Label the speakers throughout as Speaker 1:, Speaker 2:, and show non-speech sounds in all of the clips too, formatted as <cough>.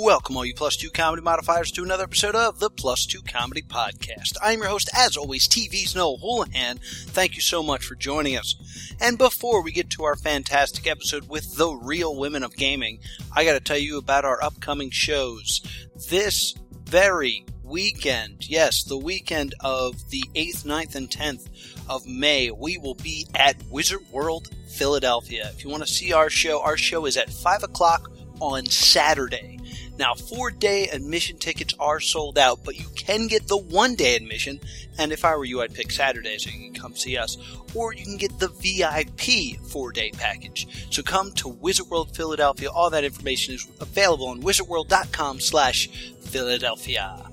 Speaker 1: Welcome, all you plus two comedy modifiers, to another episode of the Plus Two Comedy Podcast. I'm your host, as always, TV's Noel Houlihan. Thank you so much for joining us. And before we get to our fantastic episode with the real women of gaming, I got to tell you about our upcoming shows. This very weekend, yes, the weekend of the 8th, 9th, and 10th of May, we will be at Wizard World Philadelphia. If you want to see our show, our show is at 5 o'clock on Saturday. Now, four day admission tickets are sold out, but you can get the one day admission. And if I were you, I'd pick Saturday so you can come see us. Or you can get the VIP four day package. So come to Wizard World Philadelphia. All that information is available on wizardworld.com slash Philadelphia.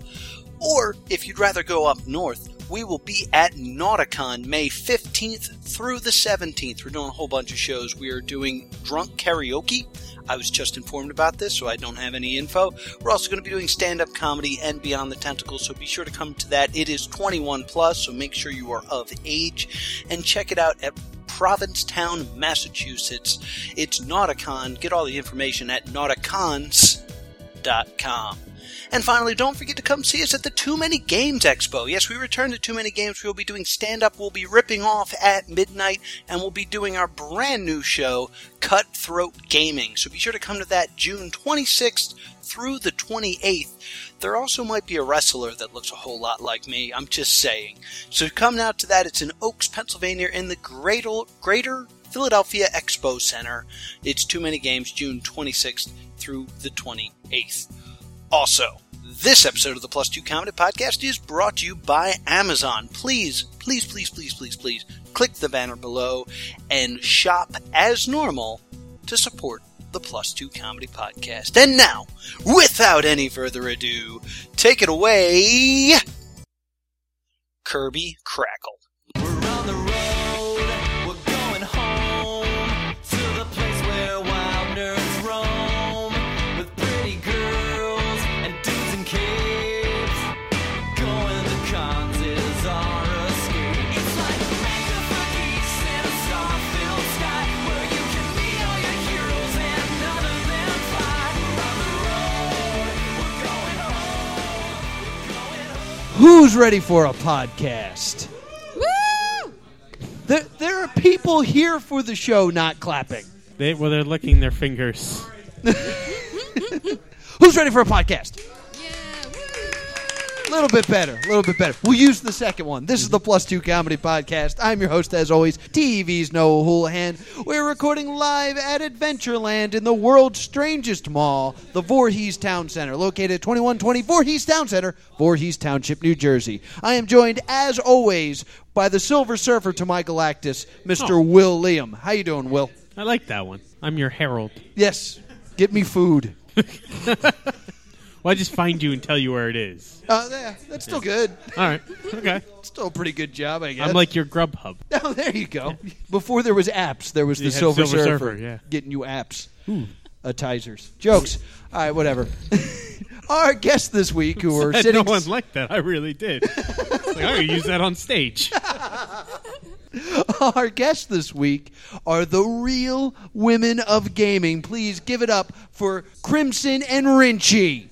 Speaker 1: Or if you'd rather go up north, we will be at Nauticon May 15th through the 17th. We're doing a whole bunch of shows. We are doing drunk karaoke. I was just informed about this, so I don't have any info. We're also going to be doing stand up comedy and Beyond the Tentacle, so be sure to come to that. It is 21 plus, so make sure you are of age and check it out at Provincetown, Massachusetts. It's Nauticon. Get all the information at nauticons.com. And finally, don't forget to come see us at the Too Many Games Expo. Yes, we return to Too Many Games. We'll be doing stand up, we'll be ripping off at midnight, and we'll be doing our brand new show, Cutthroat Gaming. So be sure to come to that June 26th through the 28th. There also might be a wrestler that looks a whole lot like me. I'm just saying. So come now to that. It's in Oaks, Pennsylvania, in the Greater, Greater Philadelphia Expo Center. It's Too Many Games, June 26th through the 28th. Also, this episode of the Plus Two Comedy Podcast is brought to you by Amazon. Please, please, please, please, please, please click the banner below and shop as normal to support the Plus Two Comedy Podcast. And now, without any further ado, take it away, Kirby Crackle.
Speaker 2: We're on the road, we're going home to the place where wild nerds roam with pretty girls and dudes in caves. Going to cons is our escape. It's like back of the geese in a star-filled sky where you can meet all your heroes and none of them fly. We're on the road, we're going home, we're going home.
Speaker 3: Who's ready for a podcast?
Speaker 4: Woo!
Speaker 3: There, there are people here for the show not clapping.
Speaker 5: They, well, they're licking their fingers.
Speaker 3: Who's ready for a podcast?
Speaker 4: Yeah,
Speaker 3: A
Speaker 4: woo!
Speaker 3: little bit better, a little bit better. We'll use the second one. This is the Plus Two Comedy Podcast. I'm your host, as always, TV's Noah Houlihan. We're recording live at Adventureland in the world's strangest mall, the Voorhees Town Center, located at 2120 Voorhees Town Center, Voorhees Township, New Jersey. I am joined, as always, by the Silver Surfer to my Galactus, Mr.
Speaker 5: Oh.
Speaker 3: Will Liam. How you doing, Will?
Speaker 5: I like that one. I'm your herald.
Speaker 3: Yes. Get me food.
Speaker 5: Well, I just find you and tell you where it is.
Speaker 3: Uh, yeah, that's still good.
Speaker 5: All right. Okay.
Speaker 3: It's still a pretty good job, I guess.
Speaker 5: I'm like your Grubhub.
Speaker 3: <laughs> oh, there you go. Before there was apps, there was
Speaker 5: You
Speaker 3: the
Speaker 5: had
Speaker 3: Silver,
Speaker 5: Silver
Speaker 3: Surfer,
Speaker 5: Surfer, yeah.
Speaker 3: getting you apps, uh, tizers, jokes. All right, whatever. <laughs> Our guests this week, who
Speaker 5: <laughs>
Speaker 3: are
Speaker 5: Said no
Speaker 3: sitting,
Speaker 5: one liked that. I really did. It's like, I'm going to use that
Speaker 3: <laughs>
Speaker 5: on stage.
Speaker 3: <laughs> our guests this week are the real women of gaming. Please give it up for Crimson and Rinchie.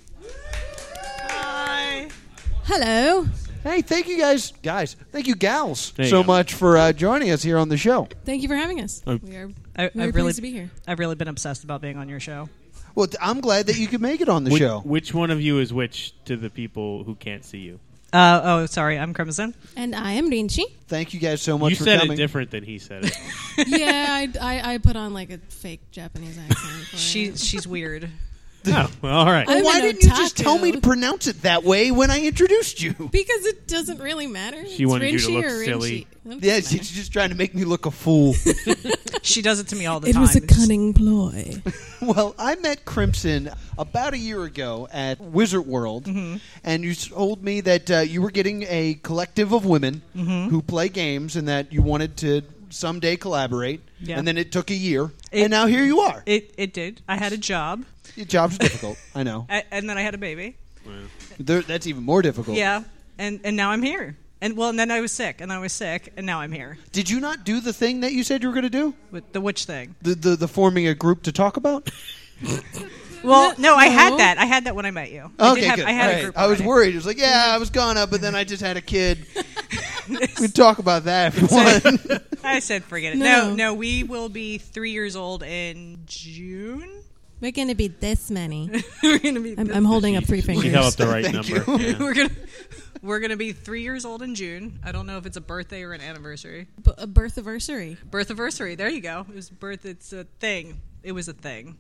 Speaker 4: Hello.
Speaker 3: Hey, thank you guys, guys. Thank you, gals,
Speaker 5: There you
Speaker 3: so
Speaker 5: go.
Speaker 3: much for uh, joining us here on the show.
Speaker 4: Thank you for having us.
Speaker 5: Oh.
Speaker 4: we are
Speaker 6: I,
Speaker 4: very
Speaker 6: I've
Speaker 4: pleased
Speaker 6: really
Speaker 4: to be here.
Speaker 6: I've really been obsessed about being on your show.
Speaker 3: Well, th- I'm glad that you could make it on the
Speaker 5: Which,
Speaker 3: show.
Speaker 5: which one of you is which to the people who can't see you?
Speaker 6: Uh, oh, sorry, I'm Crimson.
Speaker 4: And I am Rinchi.
Speaker 3: Thank you guys so much
Speaker 5: you
Speaker 3: for
Speaker 5: said
Speaker 3: coming.
Speaker 5: it different than he said it. <laughs>
Speaker 4: <laughs> yeah, I, I, I put on like a fake Japanese accent.
Speaker 5: <laughs>
Speaker 4: For
Speaker 6: She
Speaker 4: it.
Speaker 6: she's weird.
Speaker 5: oh, well, all right.
Speaker 4: I'm
Speaker 3: Why
Speaker 4: an
Speaker 3: didn't you just
Speaker 4: otaku.
Speaker 3: tell me to pronounce it that way when I introduced you? <laughs>
Speaker 4: Because it doesn't really matter.
Speaker 5: She
Speaker 4: it's
Speaker 5: wanted you to
Speaker 4: Rinchi
Speaker 5: look
Speaker 4: or
Speaker 5: silly.
Speaker 4: Rinchi.
Speaker 3: Yeah, she's just trying to make me look a
Speaker 6: <laughs>
Speaker 3: fool.
Speaker 6: <laughs> She does it to me all the
Speaker 4: It
Speaker 6: time.
Speaker 4: was a
Speaker 6: It's-
Speaker 4: cunning ploy.
Speaker 5: <laughs>
Speaker 3: well, I met Crimson about a year ago at Wizard World,
Speaker 6: Mm-hmm.
Speaker 3: and you told me that uh, you were getting a collective of women
Speaker 6: Mm-hmm.
Speaker 3: who play games and that you wanted to someday collaborate.
Speaker 6: Yeah.
Speaker 3: And then it took a year,
Speaker 6: It-
Speaker 3: and now here you are.
Speaker 6: It it did. I had a job,
Speaker 3: Your job's difficult. I
Speaker 6: <laughs>
Speaker 3: know.
Speaker 6: a- and then I had a baby.
Speaker 3: There, that's even more difficult.
Speaker 6: Yeah, and and now I'm here. And well, and then I was sick, and I was sick, and now I'm here.
Speaker 3: Did you not do the thing that you said you were going to do?
Speaker 6: With the witch thing.
Speaker 3: <laughs> The, the the forming a group to talk about?
Speaker 6: Well, no, I had
Speaker 4: no.
Speaker 6: that. I had that when I met you. I did
Speaker 3: Okay,
Speaker 6: have,
Speaker 3: good.
Speaker 6: I had
Speaker 3: All
Speaker 6: a
Speaker 3: right.
Speaker 6: group.
Speaker 3: I was
Speaker 6: already.
Speaker 3: worried. It was like, yeah, I was gone up, but then I just had a kid. we talk about that if you want.
Speaker 6: I said, forget it. No. no,
Speaker 4: No.
Speaker 6: we will be three years old in June.
Speaker 4: We're gonna be this
Speaker 5: <laughs>
Speaker 4: many.
Speaker 6: <laughs> we're gonna be.
Speaker 4: I'm, I'm holding up three
Speaker 5: She
Speaker 4: fingers.
Speaker 5: held up the
Speaker 3: <laughs>
Speaker 5: right
Speaker 3: Thank
Speaker 5: number. Yeah.
Speaker 6: <laughs> we're gonna. We're gonna be three years old in June. I don't know if it's a birthday or an anniversary.
Speaker 4: B- a birth anniversary.
Speaker 6: Birth anniversary. There you go. It was birth. It's a thing. It was a thing.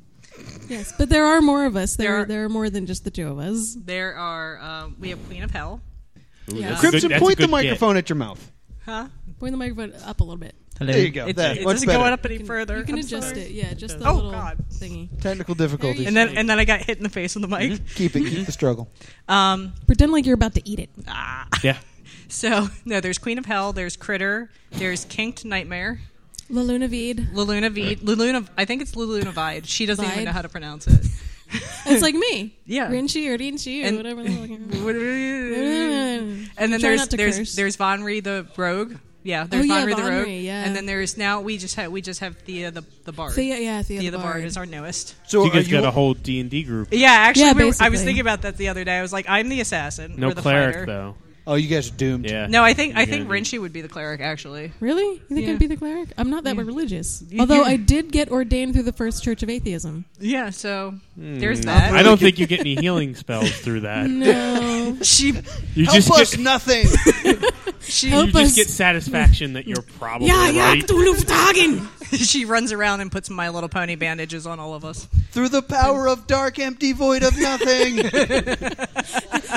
Speaker 4: Yes, but there are more of us. There,
Speaker 6: There
Speaker 4: there
Speaker 6: are-
Speaker 4: are, more than just the two of us.
Speaker 6: There are. Um, we have Queen of Hell.
Speaker 5: Ooh,
Speaker 4: Yeah.
Speaker 5: that's a good-
Speaker 3: Crimson,
Speaker 5: that's a
Speaker 3: point the
Speaker 5: good get.
Speaker 3: microphone at your mouth.
Speaker 6: Huh?
Speaker 4: Point the microphone up a little bit.
Speaker 3: There you go.
Speaker 5: It's-
Speaker 3: That,
Speaker 5: it's-
Speaker 6: It
Speaker 3: much
Speaker 6: doesn't
Speaker 3: better.
Speaker 6: go up any further.
Speaker 4: You can
Speaker 6: I'm
Speaker 4: adjust
Speaker 6: sorry.
Speaker 4: it. Yeah, just the
Speaker 6: does. Oh,
Speaker 4: little
Speaker 6: God.
Speaker 4: thingy.
Speaker 3: Technical difficulties.
Speaker 6: And then and then I got hit in the face with the mic.
Speaker 3: keep it. Keep the struggle.
Speaker 6: Um.
Speaker 4: Pretend like you're about to eat it.
Speaker 6: ah.
Speaker 5: Yeah.
Speaker 6: So <laughs> no, there's Queen of Hell. There's Critter. There's Kinked Nightmare.
Speaker 4: La Luna Vide.
Speaker 6: Laluna V. Laluna. I think it's Laluna Vide. She doesn't even
Speaker 4: Vide.
Speaker 6: know how to pronounce it.
Speaker 4: <laughs> It's <laughs> like me.
Speaker 6: Yeah.
Speaker 4: Rinchi or Dinchi or
Speaker 6: And- <laughs>
Speaker 4: whatever. the hell-
Speaker 6: and
Speaker 4: Try
Speaker 6: then there's
Speaker 4: not to
Speaker 6: there's
Speaker 4: curse.
Speaker 6: there's Vonry the Rogue. Yeah, there's
Speaker 4: Oh, yeah,
Speaker 6: Vonry the Rogue.
Speaker 4: Vonry, yeah.
Speaker 6: And then there's now we just have we just have Thea the the Bard.
Speaker 4: Thea, yeah, Thea,
Speaker 6: Thea
Speaker 4: the,
Speaker 6: Bard.
Speaker 4: Bard.
Speaker 6: is our newest.
Speaker 3: So
Speaker 5: you
Speaker 3: are
Speaker 5: guys
Speaker 3: you
Speaker 5: got a whole D and D group.
Speaker 6: Yeah, actually,
Speaker 4: Yeah,
Speaker 6: we were- I was
Speaker 4: basically.
Speaker 6: thinking about that the other day. I was like, I'm the assassin.
Speaker 5: No
Speaker 6: or the
Speaker 5: cleric
Speaker 6: fighter.
Speaker 5: though.
Speaker 3: Oh, you guys are doomed.
Speaker 5: Yeah.
Speaker 6: No, I think I
Speaker 5: You're
Speaker 6: think
Speaker 5: gonna
Speaker 6: Renshi would be the cleric actually.
Speaker 4: Really? You think
Speaker 6: Yeah.
Speaker 4: I'd be the cleric? I'm not that religious.
Speaker 6: You-
Speaker 4: Although
Speaker 6: you-
Speaker 4: I did get ordained through the First Church of Atheism.
Speaker 6: Yeah, so there's
Speaker 5: be-
Speaker 6: that.
Speaker 5: Hmm. I don't think you
Speaker 6: <laughs>
Speaker 5: get any healing spells through
Speaker 4: <laughs>
Speaker 5: that.
Speaker 4: No.
Speaker 6: she
Speaker 5: You
Speaker 3: Help
Speaker 5: just
Speaker 3: us
Speaker 5: get,
Speaker 3: nothing.
Speaker 6: she
Speaker 4: Help
Speaker 5: you just
Speaker 4: us.
Speaker 5: get satisfaction that you're probably
Speaker 4: yeah, yeah,
Speaker 5: right.
Speaker 4: Cthulhu Tagen.
Speaker 6: <laughs> she runs around and puts My Little Pony bandages on all of us.
Speaker 3: Through the power of dark, empty void of nothing,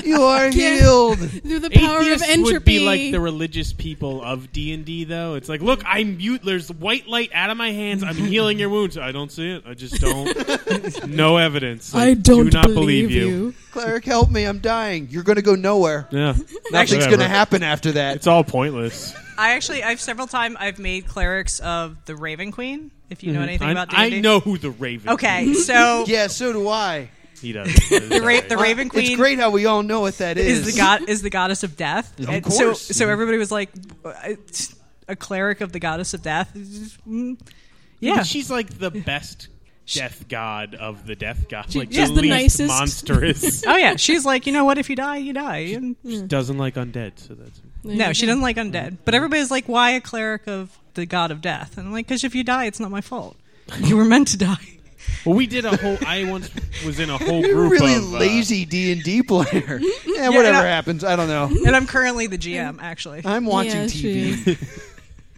Speaker 3: you are
Speaker 4: Can't-
Speaker 3: healed.
Speaker 4: Through the power
Speaker 5: Atheists
Speaker 4: of entropy.
Speaker 5: would be like the religious people of D and D, though. It's like, look, I'm mute. There's white light out of my
Speaker 4: <laughs>
Speaker 5: hands. I'm healing your wounds. I don't see it. I just don't. no evidence.
Speaker 4: I
Speaker 5: Like,
Speaker 4: don't
Speaker 5: do not
Speaker 4: believe, you.
Speaker 3: Cleric, help me! I'm dying. You're going to go nowhere.
Speaker 5: Yeah,
Speaker 3: Nothing's
Speaker 5: Whatever.
Speaker 3: going to happen after that.
Speaker 5: It's all pointless.
Speaker 6: I actually, I've several times I've made clerics of the Raven Queen. If you know anything
Speaker 5: I'm-
Speaker 6: about D&D.
Speaker 5: Mm-hmm. I know who the Raven. <laughs>
Speaker 6: Okay, so
Speaker 3: yeah, so do I.
Speaker 5: he
Speaker 6: <laughs>
Speaker 5: does. the,
Speaker 6: ra- the Raven Queen.
Speaker 3: It's great how we all know what that is.
Speaker 6: is the god is the goddess of death. Of So,
Speaker 3: course.
Speaker 6: so everybody was like, "I- a cleric of the goddess of death. Mm, Yeah,
Speaker 5: she's like the best death god of the death god. like
Speaker 4: she's
Speaker 5: the,
Speaker 4: the
Speaker 5: least
Speaker 4: nicest.
Speaker 6: <laughs>
Speaker 5: monstrous.
Speaker 6: oh yeah, she's like, you know what? If you die, you die. And-
Speaker 5: she doesn't like undead, so that's
Speaker 6: no, she doesn't like undead. But everybody's like, why a cleric of the god of death? And I'm like, because if you die, it's not my fault. You were meant to die.
Speaker 5: Well, we did a whole. I once was in a whole
Speaker 3: <laughs> <laughs> You're a
Speaker 5: group
Speaker 3: really
Speaker 5: of uh,
Speaker 3: lazy D and D player. yeah, whatever
Speaker 6: yeah.
Speaker 3: happens, I don't know.
Speaker 6: And I'm currently the GM, actually.
Speaker 3: I'm watching
Speaker 4: Yeah, she
Speaker 3: TV.
Speaker 5: <laughs>
Speaker 4: is.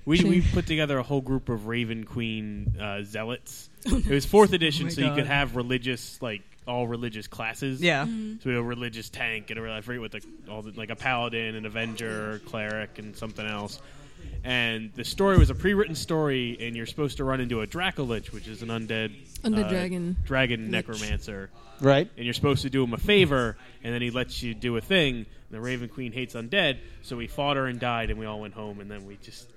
Speaker 5: we we put together a whole group of Raven Queen uh, zealots. It was fourth edition,
Speaker 6: my
Speaker 5: so you
Speaker 6: God.
Speaker 5: could have religious like all religious classes.
Speaker 6: Yeah.
Speaker 5: So we had a religious tank and a, I forget what the all the, like a paladin, an avenger, cleric, and something else. And the story was a pre-written story, and you're supposed to run into a Dracolich, which is an undead uh,
Speaker 4: Undead dragon.
Speaker 5: dragon
Speaker 4: Lich.
Speaker 5: necromancer.
Speaker 3: Right?
Speaker 5: and you're supposed to do him a favor, and then he lets you do a thing. And the Raven Queen hates undead, so we fought her and died, and we all went home, and then we just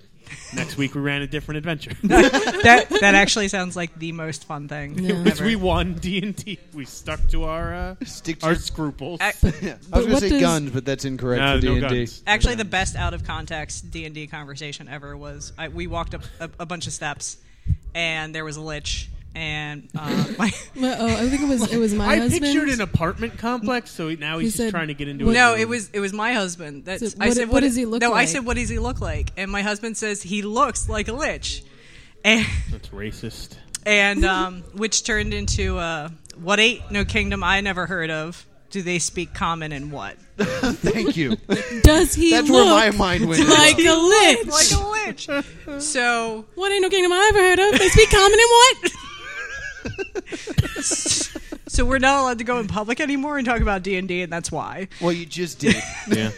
Speaker 5: next week we ran a different adventure, <laughs>
Speaker 6: that that actually sounds like the most fun thing.
Speaker 4: Yeah.
Speaker 5: which we won D and D. We stuck to our uh,
Speaker 3: Stick to
Speaker 5: our
Speaker 3: your-
Speaker 5: scruples.
Speaker 6: I-
Speaker 3: Yeah. I was
Speaker 4: But
Speaker 3: going to
Speaker 4: what
Speaker 3: say
Speaker 4: does-
Speaker 3: guns, but that's incorrect
Speaker 5: No,
Speaker 3: for D
Speaker 5: no
Speaker 3: and D.
Speaker 5: guns.
Speaker 6: Actually, the best out of context D and D conversation ever was I, we walked up a, a bunch of steps, and there was a lich, and
Speaker 4: <laughs>
Speaker 6: uh, my
Speaker 4: Well, oh, I think it was it was my
Speaker 5: <laughs> I
Speaker 4: husband.
Speaker 5: pictured an apartment complex, so now he's
Speaker 4: He
Speaker 5: just
Speaker 4: said-
Speaker 5: trying to get into it.
Speaker 6: no, it was it was my husband. That's
Speaker 4: So
Speaker 6: I
Speaker 4: what-
Speaker 6: said.
Speaker 4: what does he look
Speaker 6: No, I
Speaker 4: like?
Speaker 6: said, what does he look like? And my husband says he looks like a lich, and
Speaker 5: That's racist.
Speaker 4: <laughs>
Speaker 6: and um, which turned into uh, what ain't no kingdom I never heard of. Do they speak common and what?
Speaker 3: <laughs> Thank you.
Speaker 4: <laughs> Does he
Speaker 3: That's where
Speaker 4: look
Speaker 3: my mind went. as well.
Speaker 4: like
Speaker 5: <laughs>
Speaker 4: a lich?
Speaker 6: Like a
Speaker 4: <laughs>
Speaker 6: lich. So
Speaker 4: what ain't no kingdom I ever heard of? They speak common and what?
Speaker 6: so we're not allowed to go in public anymore and talk about D and D, and that's why.
Speaker 3: well, you just did.
Speaker 5: Yeah,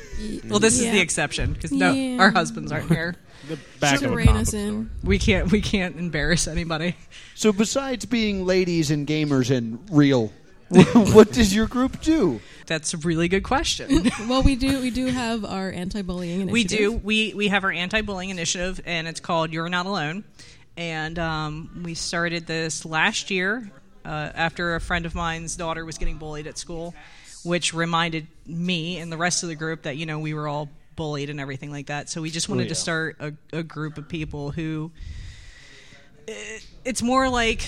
Speaker 6: Well, this is
Speaker 4: Yeah.
Speaker 6: the exception because no,
Speaker 4: Yeah.
Speaker 6: our husbands aren't here.
Speaker 5: the back
Speaker 4: To
Speaker 5: of a
Speaker 4: rein
Speaker 5: comic
Speaker 4: us
Speaker 5: store.
Speaker 4: in.
Speaker 6: We can't. We can't embarrass anybody.
Speaker 3: So, besides being ladies and gamers and real, <laughs> what does your group do?
Speaker 6: That's a really good question.
Speaker 4: Well, we do we do have our anti-bullying initiative.
Speaker 6: we do. We we have our anti-bullying initiative, and it's called "You're Not Alone." And um, we started this last year uh, after a friend of mine's daughter was getting bullied at school, which reminded me and the rest of the group that you know we were all bullied and everything like that. So we just
Speaker 4: Oh,
Speaker 6: wanted to
Speaker 3: yeah.
Speaker 6: start a, a group of people who it's uh, more like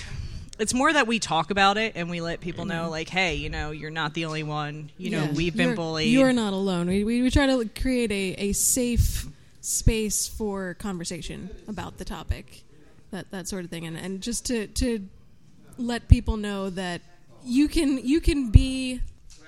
Speaker 6: it's more that we talk about it and we let people know, like, hey, you know, you're not the only one. You know,
Speaker 4: Mm-hmm. Yeah.
Speaker 6: we've been
Speaker 4: You're-
Speaker 6: bullied.
Speaker 4: You're not alone. We, we, we try to create a, a safe space for conversation about the topic, that that sort of thing, and and just to to let people know that you can you can be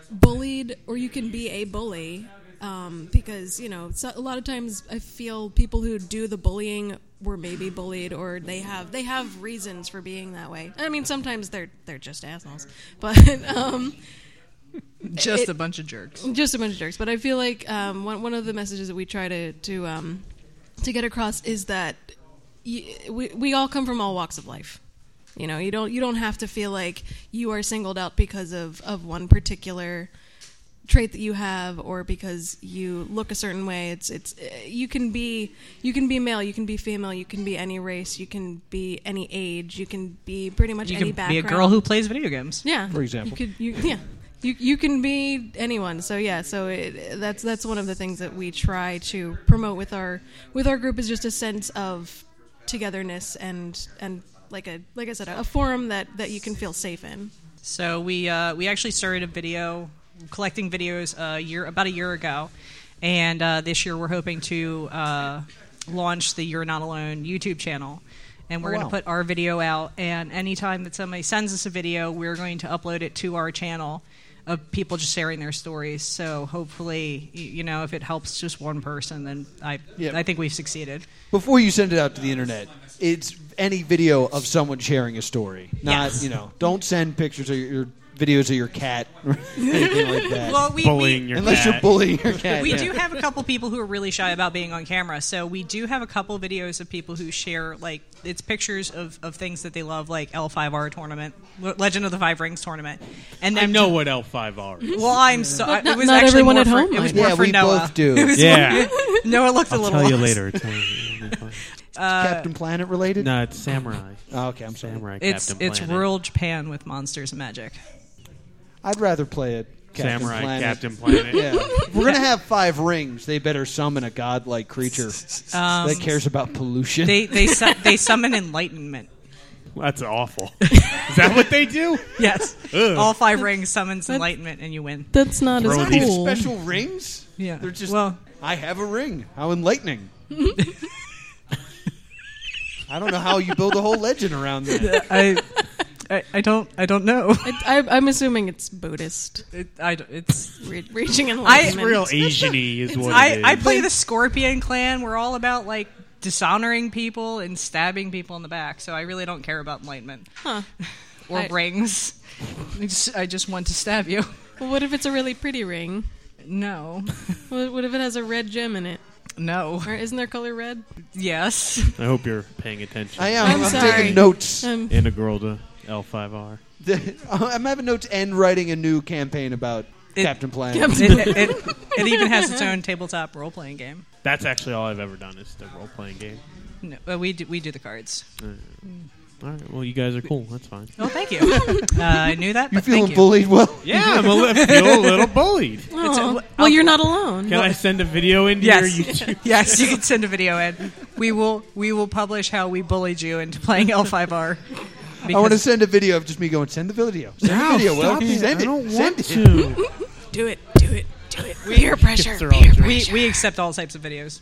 Speaker 4: bullied or you can be a bully um, because you know so, a lot of times I feel people who do the bullying were maybe bullied or they have they have reasons for being that way. I mean sometimes they're they're just assholes, but <laughs> um,
Speaker 6: just
Speaker 4: it-
Speaker 6: a bunch of jerks.
Speaker 4: just a bunch of jerks. But I feel like um, one one of the messages that we try to to um, to get across is that y- we we all come from all walks of life. You know, you don't you don't have to feel like you are singled out because of of one particular trait that you have or because you look a certain way it's it's uh, you can be you can be male you can be female you can be any race you can be any age you can be pretty much
Speaker 6: You
Speaker 4: any
Speaker 6: can be a
Speaker 4: background
Speaker 6: girl who plays video games.
Speaker 4: yeah.
Speaker 3: For example.
Speaker 4: you could, you, yeah, you you can be anyone. So yeah, so it, that's that's one of the things that we try to promote with our with our group is just a sense of togetherness and and like a like I said, a forum that that you can feel safe in.
Speaker 6: So we uh, we actually started a video collecting videos uh, a year about a year ago, and uh, this year we're hoping to uh, launch the "You're Not Alone" YouTube channel, and we're
Speaker 3: Oh,
Speaker 6: going
Speaker 3: wow.
Speaker 6: to put our video out. And anytime that somebody sends us a video, we're going to upload it to our channel of people just sharing their stories. So hopefully, y- you know, if it helps just one person, then I
Speaker 3: Yeah.
Speaker 6: I think we've succeeded.
Speaker 3: Before you send it out to the internet, it's any video of someone sharing a story. Not
Speaker 6: Yes.
Speaker 3: you know, don't send pictures of your videos of your cat or <laughs> anything like that.
Speaker 6: Well, we,
Speaker 5: bullying your
Speaker 3: Unless you're
Speaker 5: cat.
Speaker 3: bullying your cat.
Speaker 6: <laughs> we
Speaker 3: yeah.
Speaker 6: do have a couple people who are really shy about being on camera so we do have a couple videos of people who share like it's pictures of, of things that they love like l5r tournament Le- legend of the five rings tournament and then
Speaker 5: I know what L5R is.
Speaker 6: well i'm so I- it
Speaker 4: not-
Speaker 6: was
Speaker 4: not
Speaker 6: actually
Speaker 4: everyone
Speaker 6: more
Speaker 4: at
Speaker 6: for-
Speaker 4: home
Speaker 6: it was
Speaker 4: might.
Speaker 6: more
Speaker 3: Yeah,
Speaker 6: for
Speaker 3: we
Speaker 6: noah
Speaker 3: both do.
Speaker 6: It was
Speaker 5: Yeah.
Speaker 6: more- <laughs> noah looked a
Speaker 5: I'll
Speaker 6: little
Speaker 5: tell you
Speaker 6: lost.
Speaker 5: later. It's, <laughs> uh,
Speaker 3: Captain Planet related.
Speaker 5: no, it's Samurai.
Speaker 3: Oh, okay, I'm sorry.
Speaker 5: Samurai
Speaker 6: it's
Speaker 5: Captain
Speaker 6: it's
Speaker 5: Planet.
Speaker 6: rural japan with monsters and magic
Speaker 3: I'd rather play
Speaker 6: <laughs>
Speaker 3: it. Captain
Speaker 5: Samurai
Speaker 3: Planet.
Speaker 5: Captain <laughs> Planet.
Speaker 3: Yeah. <laughs> If We're gonna have five rings. They better summon a godlike
Speaker 6: <laughs>
Speaker 3: creature that cares about pollution. <laughs>
Speaker 6: Um, they they su- they
Speaker 5: <laughs>
Speaker 6: summon enlightenment
Speaker 5: That's awful. Is that what they <laughs> do?
Speaker 6: yes all five rings summons enlightenment and you win
Speaker 5: <laughs>
Speaker 4: That's not
Speaker 5: Throw
Speaker 4: as
Speaker 5: these
Speaker 4: cool.
Speaker 3: special rings.
Speaker 6: Yeah.
Speaker 3: They're just.
Speaker 6: Well-
Speaker 3: I have a ring. How
Speaker 6: <laughs>
Speaker 3: enlightening. I don't know how you build a whole legend around that.
Speaker 6: <laughs> I, I i don't i don't know <laughs>
Speaker 4: I, I, I'm assuming it's Buddhist
Speaker 6: it, I, don't- it's
Speaker 4: re- reaching
Speaker 6: I-
Speaker 4: enlightenment.
Speaker 5: It's real Asian-y is what it
Speaker 6: I,
Speaker 5: is.
Speaker 6: I play the Scorpion Clan. We're all about like dishonoring people and stabbing people in the back. So I really don't care about enlightenment <laughs> or
Speaker 4: I-
Speaker 6: rings. I just, I just want to stab you.
Speaker 4: Well, what if it's a really pretty ring?
Speaker 6: No,
Speaker 4: What, what if it has a red gem in it?
Speaker 6: no,
Speaker 4: Or isn't their color red?
Speaker 6: <laughs> yes.
Speaker 5: I hope you're paying attention.
Speaker 3: I am.
Speaker 4: I'm sorry.
Speaker 3: taking notes. <laughs>
Speaker 4: Um,
Speaker 5: Integral to L5R.
Speaker 3: I'm having notes and writing a new campaign about
Speaker 6: It-
Speaker 3: Captain Planet.
Speaker 6: It, it, it, it even has its own tabletop role playing game.
Speaker 5: That's actually all I've ever done is the role-playing game.
Speaker 6: No, uh, we do we do the cards.
Speaker 5: All right. Well, you guys are cool. That's fine.
Speaker 6: Oh, thank you. <laughs> Uh, I knew that.
Speaker 3: you
Speaker 6: but
Speaker 3: feeling
Speaker 6: thank
Speaker 3: bullied? Well,
Speaker 5: Yeah, I'm a li- feel a little bullied.
Speaker 6: It's a-
Speaker 4: aw.
Speaker 6: I'll-
Speaker 4: well, you're not alone.
Speaker 5: Can I send a video into
Speaker 6: <laughs>
Speaker 5: your <laughs>
Speaker 6: Yes,
Speaker 5: YouTube?
Speaker 6: yes, you can send a video in. We will we will publish how we bullied you into playing L5R.
Speaker 3: I want to
Speaker 6: because-
Speaker 3: send a video of just me going. Send the video. Send the video. Well, send it. send it.
Speaker 5: <laughs> to.
Speaker 4: Do it. Do it. Do it. Peer pressure.
Speaker 5: are all
Speaker 4: Peer
Speaker 5: jerks.
Speaker 4: pressure.
Speaker 6: We, we accept all types of videos.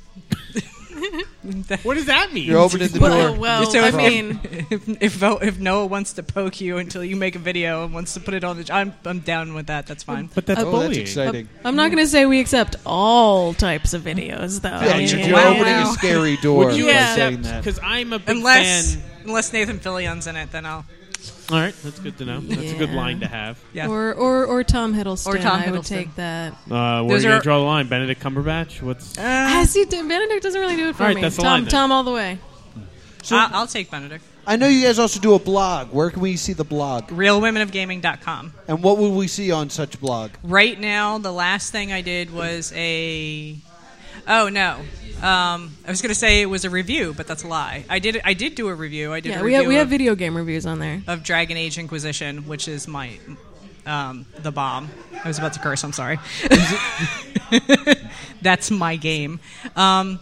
Speaker 5: What does that mean?
Speaker 3: You're opening the
Speaker 4: Well,
Speaker 3: door.
Speaker 4: well,
Speaker 6: So
Speaker 4: Oh, I
Speaker 6: if,
Speaker 4: mean,
Speaker 6: <laughs> if, if, Vo- if Noah wants to poke you until you make a video and wants to put it on the, I'm I'm down with that. That's fine.
Speaker 5: But that's
Speaker 4: Oh,
Speaker 3: oh,
Speaker 5: bullying.
Speaker 3: that's exciting.
Speaker 4: I'm not going to say we accept all types of videos, though.
Speaker 3: Yeah,
Speaker 4: I
Speaker 3: you're,
Speaker 4: mean,
Speaker 3: you're
Speaker 6: Wow.
Speaker 3: opening a scary door
Speaker 5: Would you
Speaker 3: by
Speaker 4: accept-
Speaker 3: saying that.
Speaker 5: Because I'm a big
Speaker 6: Unless
Speaker 5: fan.
Speaker 6: unless Nathan Fillion's in it, then I'll.
Speaker 5: All right, that's good to know. That's a good
Speaker 4: Yeah.
Speaker 5: line to have.
Speaker 6: Yeah.
Speaker 4: Or, or or Tom Hiddleston.
Speaker 6: Or Tom
Speaker 4: I would
Speaker 6: Hiddleston.
Speaker 4: take that.
Speaker 5: Uh, where are
Speaker 6: Those
Speaker 5: you
Speaker 6: are-
Speaker 5: gonna draw the line? Benedict Cumberbatch? What's
Speaker 4: Ah, see, Dan- Benedict doesn't really do it for
Speaker 5: All right,
Speaker 4: me.
Speaker 5: that's the
Speaker 4: Tom,
Speaker 5: line then.
Speaker 4: Tom, all the way.
Speaker 6: I, I'll take Benedict.
Speaker 3: I know you guys also do a blog. Where can we see the blog?
Speaker 6: Realwomenofgaming.com.
Speaker 3: And what will we see on such blog?
Speaker 6: Right now, the last thing I did was a. Oh no. Um, I was going to say it was a review, but that's a lie. I did. I did do a review. I did.
Speaker 4: Yeah,
Speaker 6: a
Speaker 4: we
Speaker 6: review
Speaker 4: have we
Speaker 6: of-
Speaker 4: have video game reviews on there.
Speaker 6: of Dragon Age Inquisition, which is my um, the bomb. I was about to curse. I'm sorry. <laughs> That's my game. Um,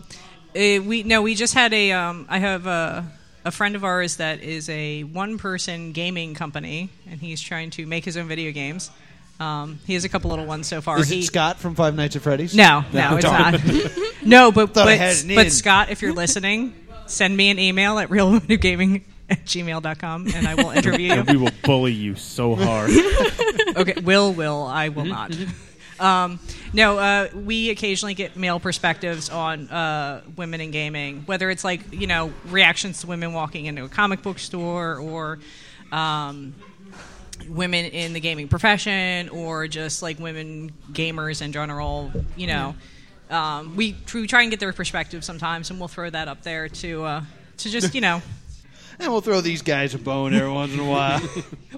Speaker 6: eh, we no, we just had a. Um, I have a a friend of ours that is a one-person gaming company, and he's trying to make his own video games. Um, he has a couple little ones so far.
Speaker 3: Is
Speaker 6: he,
Speaker 3: it Scott from Five Nights at Freddy's?
Speaker 6: No, no, it's
Speaker 3: darn.
Speaker 6: not. no, but
Speaker 3: Thought I
Speaker 6: but,
Speaker 3: had it in.
Speaker 6: but Scott, if you're listening, send me an email at <laughs> realwomanwhogaming at gmail.com
Speaker 3: <laughs>
Speaker 6: and I will interview you.
Speaker 5: we will bully you so hard.
Speaker 6: okay, will will I will not. Um, no, uh, we occasionally get male perspectives on uh, women in gaming, whether it's like you know reactions to women walking into a comic book store or. Um, women in the gaming profession or just like women gamers in general you know um, we, tr- we try and get their perspective sometimes and we'll throw that up there to uh, to just you know
Speaker 3: <laughs> And we'll throw these guys a bone every once in a while.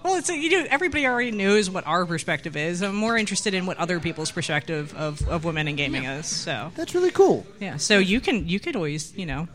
Speaker 6: Well, it's you know everybody already knows what our perspective is. I'm more interested in what other people's perspective of, of women in gaming is. So
Speaker 3: That's really cool.
Speaker 6: yeah, so you can you could always you know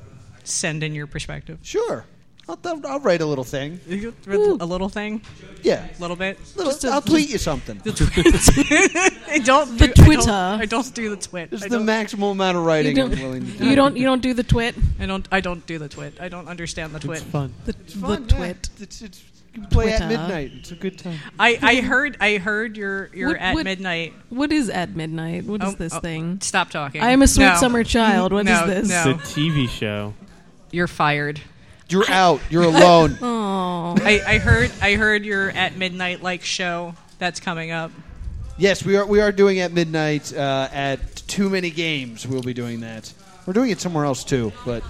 Speaker 6: send in your perspective.
Speaker 3: Sure. I'll, I'll, I'll write a little thing.
Speaker 6: A little thing,
Speaker 3: Yeah.
Speaker 6: a little bit.
Speaker 3: Little, I'll tweet you something.
Speaker 6: The twit. I don't
Speaker 4: The
Speaker 6: do, I don't-
Speaker 4: Twitter.
Speaker 6: I don't, do the twit.
Speaker 3: This
Speaker 6: I
Speaker 3: is the
Speaker 6: don't,
Speaker 3: maximum amount of writing
Speaker 4: You
Speaker 3: I'm
Speaker 4: don't,
Speaker 3: willing to do.
Speaker 4: you don't. You don't do the twit.
Speaker 6: I don't. I don't do the twit. I don't understand the twit.
Speaker 3: fun.
Speaker 4: The,
Speaker 3: Fun,
Speaker 4: the
Speaker 3: yeah.
Speaker 4: twit.
Speaker 3: It's, it's, you can play at
Speaker 4: Twitter.
Speaker 3: midnight. It's a good time.
Speaker 6: I,
Speaker 4: <laughs>
Speaker 6: I heard. I heard your your
Speaker 4: What-
Speaker 6: at
Speaker 4: what-
Speaker 6: midnight.
Speaker 4: What is at midnight? What is
Speaker 6: Oh,
Speaker 4: this
Speaker 6: oh,
Speaker 4: thing?
Speaker 6: Stop talking.
Speaker 4: I am a sweet
Speaker 6: No.
Speaker 4: summer child. What is
Speaker 6: No,
Speaker 4: this?
Speaker 5: It's a
Speaker 6: No,
Speaker 5: TV show.
Speaker 6: you're fired.
Speaker 3: You're out. You're alone.
Speaker 4: <laughs> Oh,
Speaker 6: I, I heard I heard your at midnight like show that's coming up.
Speaker 3: Yes, we are. We are doing at midnight uh, at Too Many Games. We'll be doing that. We're doing it somewhere else too, but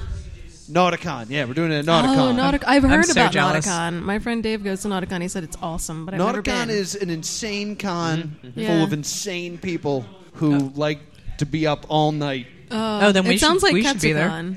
Speaker 3: Nauticon. Yeah, we're doing it at Nauticon.
Speaker 4: Oh, Nautic- I've heard
Speaker 6: so
Speaker 4: about
Speaker 6: jealous.
Speaker 4: Nauticon. My friend Dave goes to Nauticon. He said it's awesome, but I've never
Speaker 3: Nauticon
Speaker 4: been.
Speaker 3: is an insane con full
Speaker 4: Yeah.
Speaker 3: of insane people who like to be up all night.
Speaker 6: oh, then we
Speaker 4: it sounds
Speaker 6: should,
Speaker 4: like
Speaker 6: we
Speaker 4: Katsukon.
Speaker 6: should be there.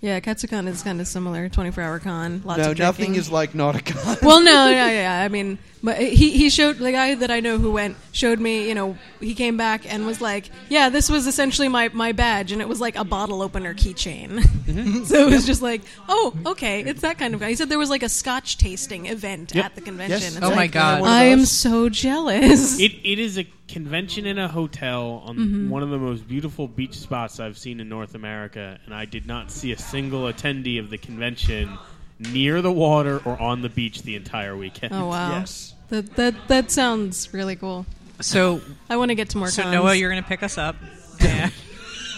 Speaker 4: Yeah, Katsukon is kind of similar. Twenty-four hour con. Lots
Speaker 3: no,
Speaker 4: of
Speaker 3: nothing
Speaker 4: drinking.
Speaker 3: is like Nauticon.
Speaker 4: well, no, no, yeah. I mean, but he he showed the guy that I know who went showed me. You know, he came back and was like, "Yeah, this was essentially my my badge, and it was like a bottle opener keychain."
Speaker 3: Mm-hmm.
Speaker 4: <laughs> so it was just like, "Oh, okay, it's that kind of guy." He said there was like a Scotch tasting event at the convention.
Speaker 3: Yes.
Speaker 4: It's
Speaker 6: Oh
Speaker 4: like, uh,
Speaker 6: my God.
Speaker 3: One of
Speaker 4: I am
Speaker 3: those.
Speaker 4: so jealous.
Speaker 5: It, it is a convention in a hotel on one of the most beautiful beach spots I've seen in North America, and I did not see a single attendee of the convention near the water or on the beach the entire weekend.
Speaker 4: <laughs> oh
Speaker 5: <laughs>
Speaker 4: wow,
Speaker 3: Yes.
Speaker 4: that that that sounds really cool.
Speaker 6: So
Speaker 4: I want to get to more.
Speaker 6: so
Speaker 4: cons.
Speaker 6: Noah, you're gonna pick us up. Yeah.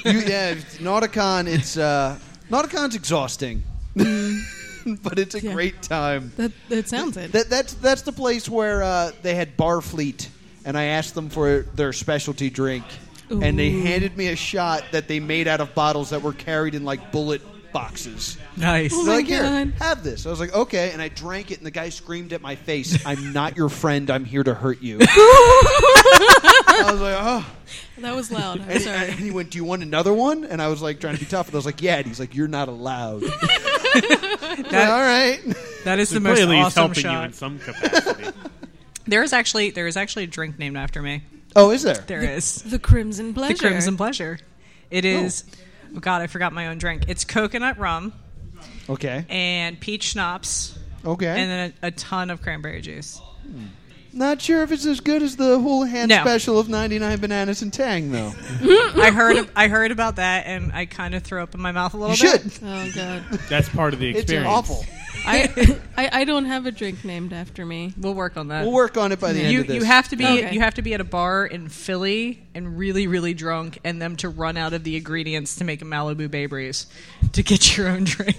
Speaker 3: you, yeah, it's- Nauticon. It's uh, Nauticon's exhausting, <laughs> but it's a
Speaker 4: Yeah.
Speaker 3: great time.
Speaker 4: That, that sounds it.
Speaker 3: That, that's that's the place where uh, they had Barfleet, and I asked them for their specialty drink, and they
Speaker 4: Ooh.
Speaker 3: handed me a shot that they made out of bottles that were carried in like bullet boxes.
Speaker 6: <laughs> nice.
Speaker 4: Oh my
Speaker 3: They're like, here,
Speaker 4: God.
Speaker 3: have this. I was like, okay, and I drank it, and the guy screamed at my face, "I'm not your friend. I'm here to hurt
Speaker 4: <laughs>
Speaker 3: you." I was like, oh.
Speaker 4: that was
Speaker 3: <laughs>
Speaker 4: loud. I'm
Speaker 6: <laughs>
Speaker 3: And, he-
Speaker 4: sorry.
Speaker 3: and he went, "Do you want another one?" And I was like, trying to be tough, and I was like, "Yeah." And he's like, "You're not allowed."
Speaker 6: <laughs> That-
Speaker 3: All right. <laughs>
Speaker 6: That is the most
Speaker 5: Clearly, he's
Speaker 6: awesome
Speaker 5: helping you
Speaker 6: shot.
Speaker 5: in some capacity.
Speaker 6: <laughs> There is actually there is actually a drink named after me.
Speaker 3: Oh, is there?
Speaker 6: There is
Speaker 4: The Crimson Pleasure.
Speaker 6: the Crimson Pleasure. It is. Oh. God, I forgot my own drink. It's coconut rum
Speaker 3: Okay.
Speaker 6: and peach schnapps,
Speaker 3: Okay.
Speaker 6: and then a, a ton of cranberry juice.
Speaker 3: Not sure if it's as good as the Houlihan
Speaker 6: No.
Speaker 3: special of 99 Bananas and Tang, though.
Speaker 6: I heard I heard about that, and I kind of threw up in my mouth a little
Speaker 3: You
Speaker 6: bit.
Speaker 3: should.
Speaker 4: Oh god. <laughs>
Speaker 5: That's part of the
Speaker 3: It's
Speaker 5: experience.
Speaker 3: awful.
Speaker 4: I, I I don't have a drink named after me.
Speaker 6: We'll work on that.
Speaker 3: We'll work on it by the end
Speaker 6: you
Speaker 3: of this.
Speaker 6: you have to be
Speaker 4: Okay.
Speaker 6: you have to be at a bar in Philly and really really drunk, and them to run out of the ingredients to make a Malibu Bay Breeze to get your own drink.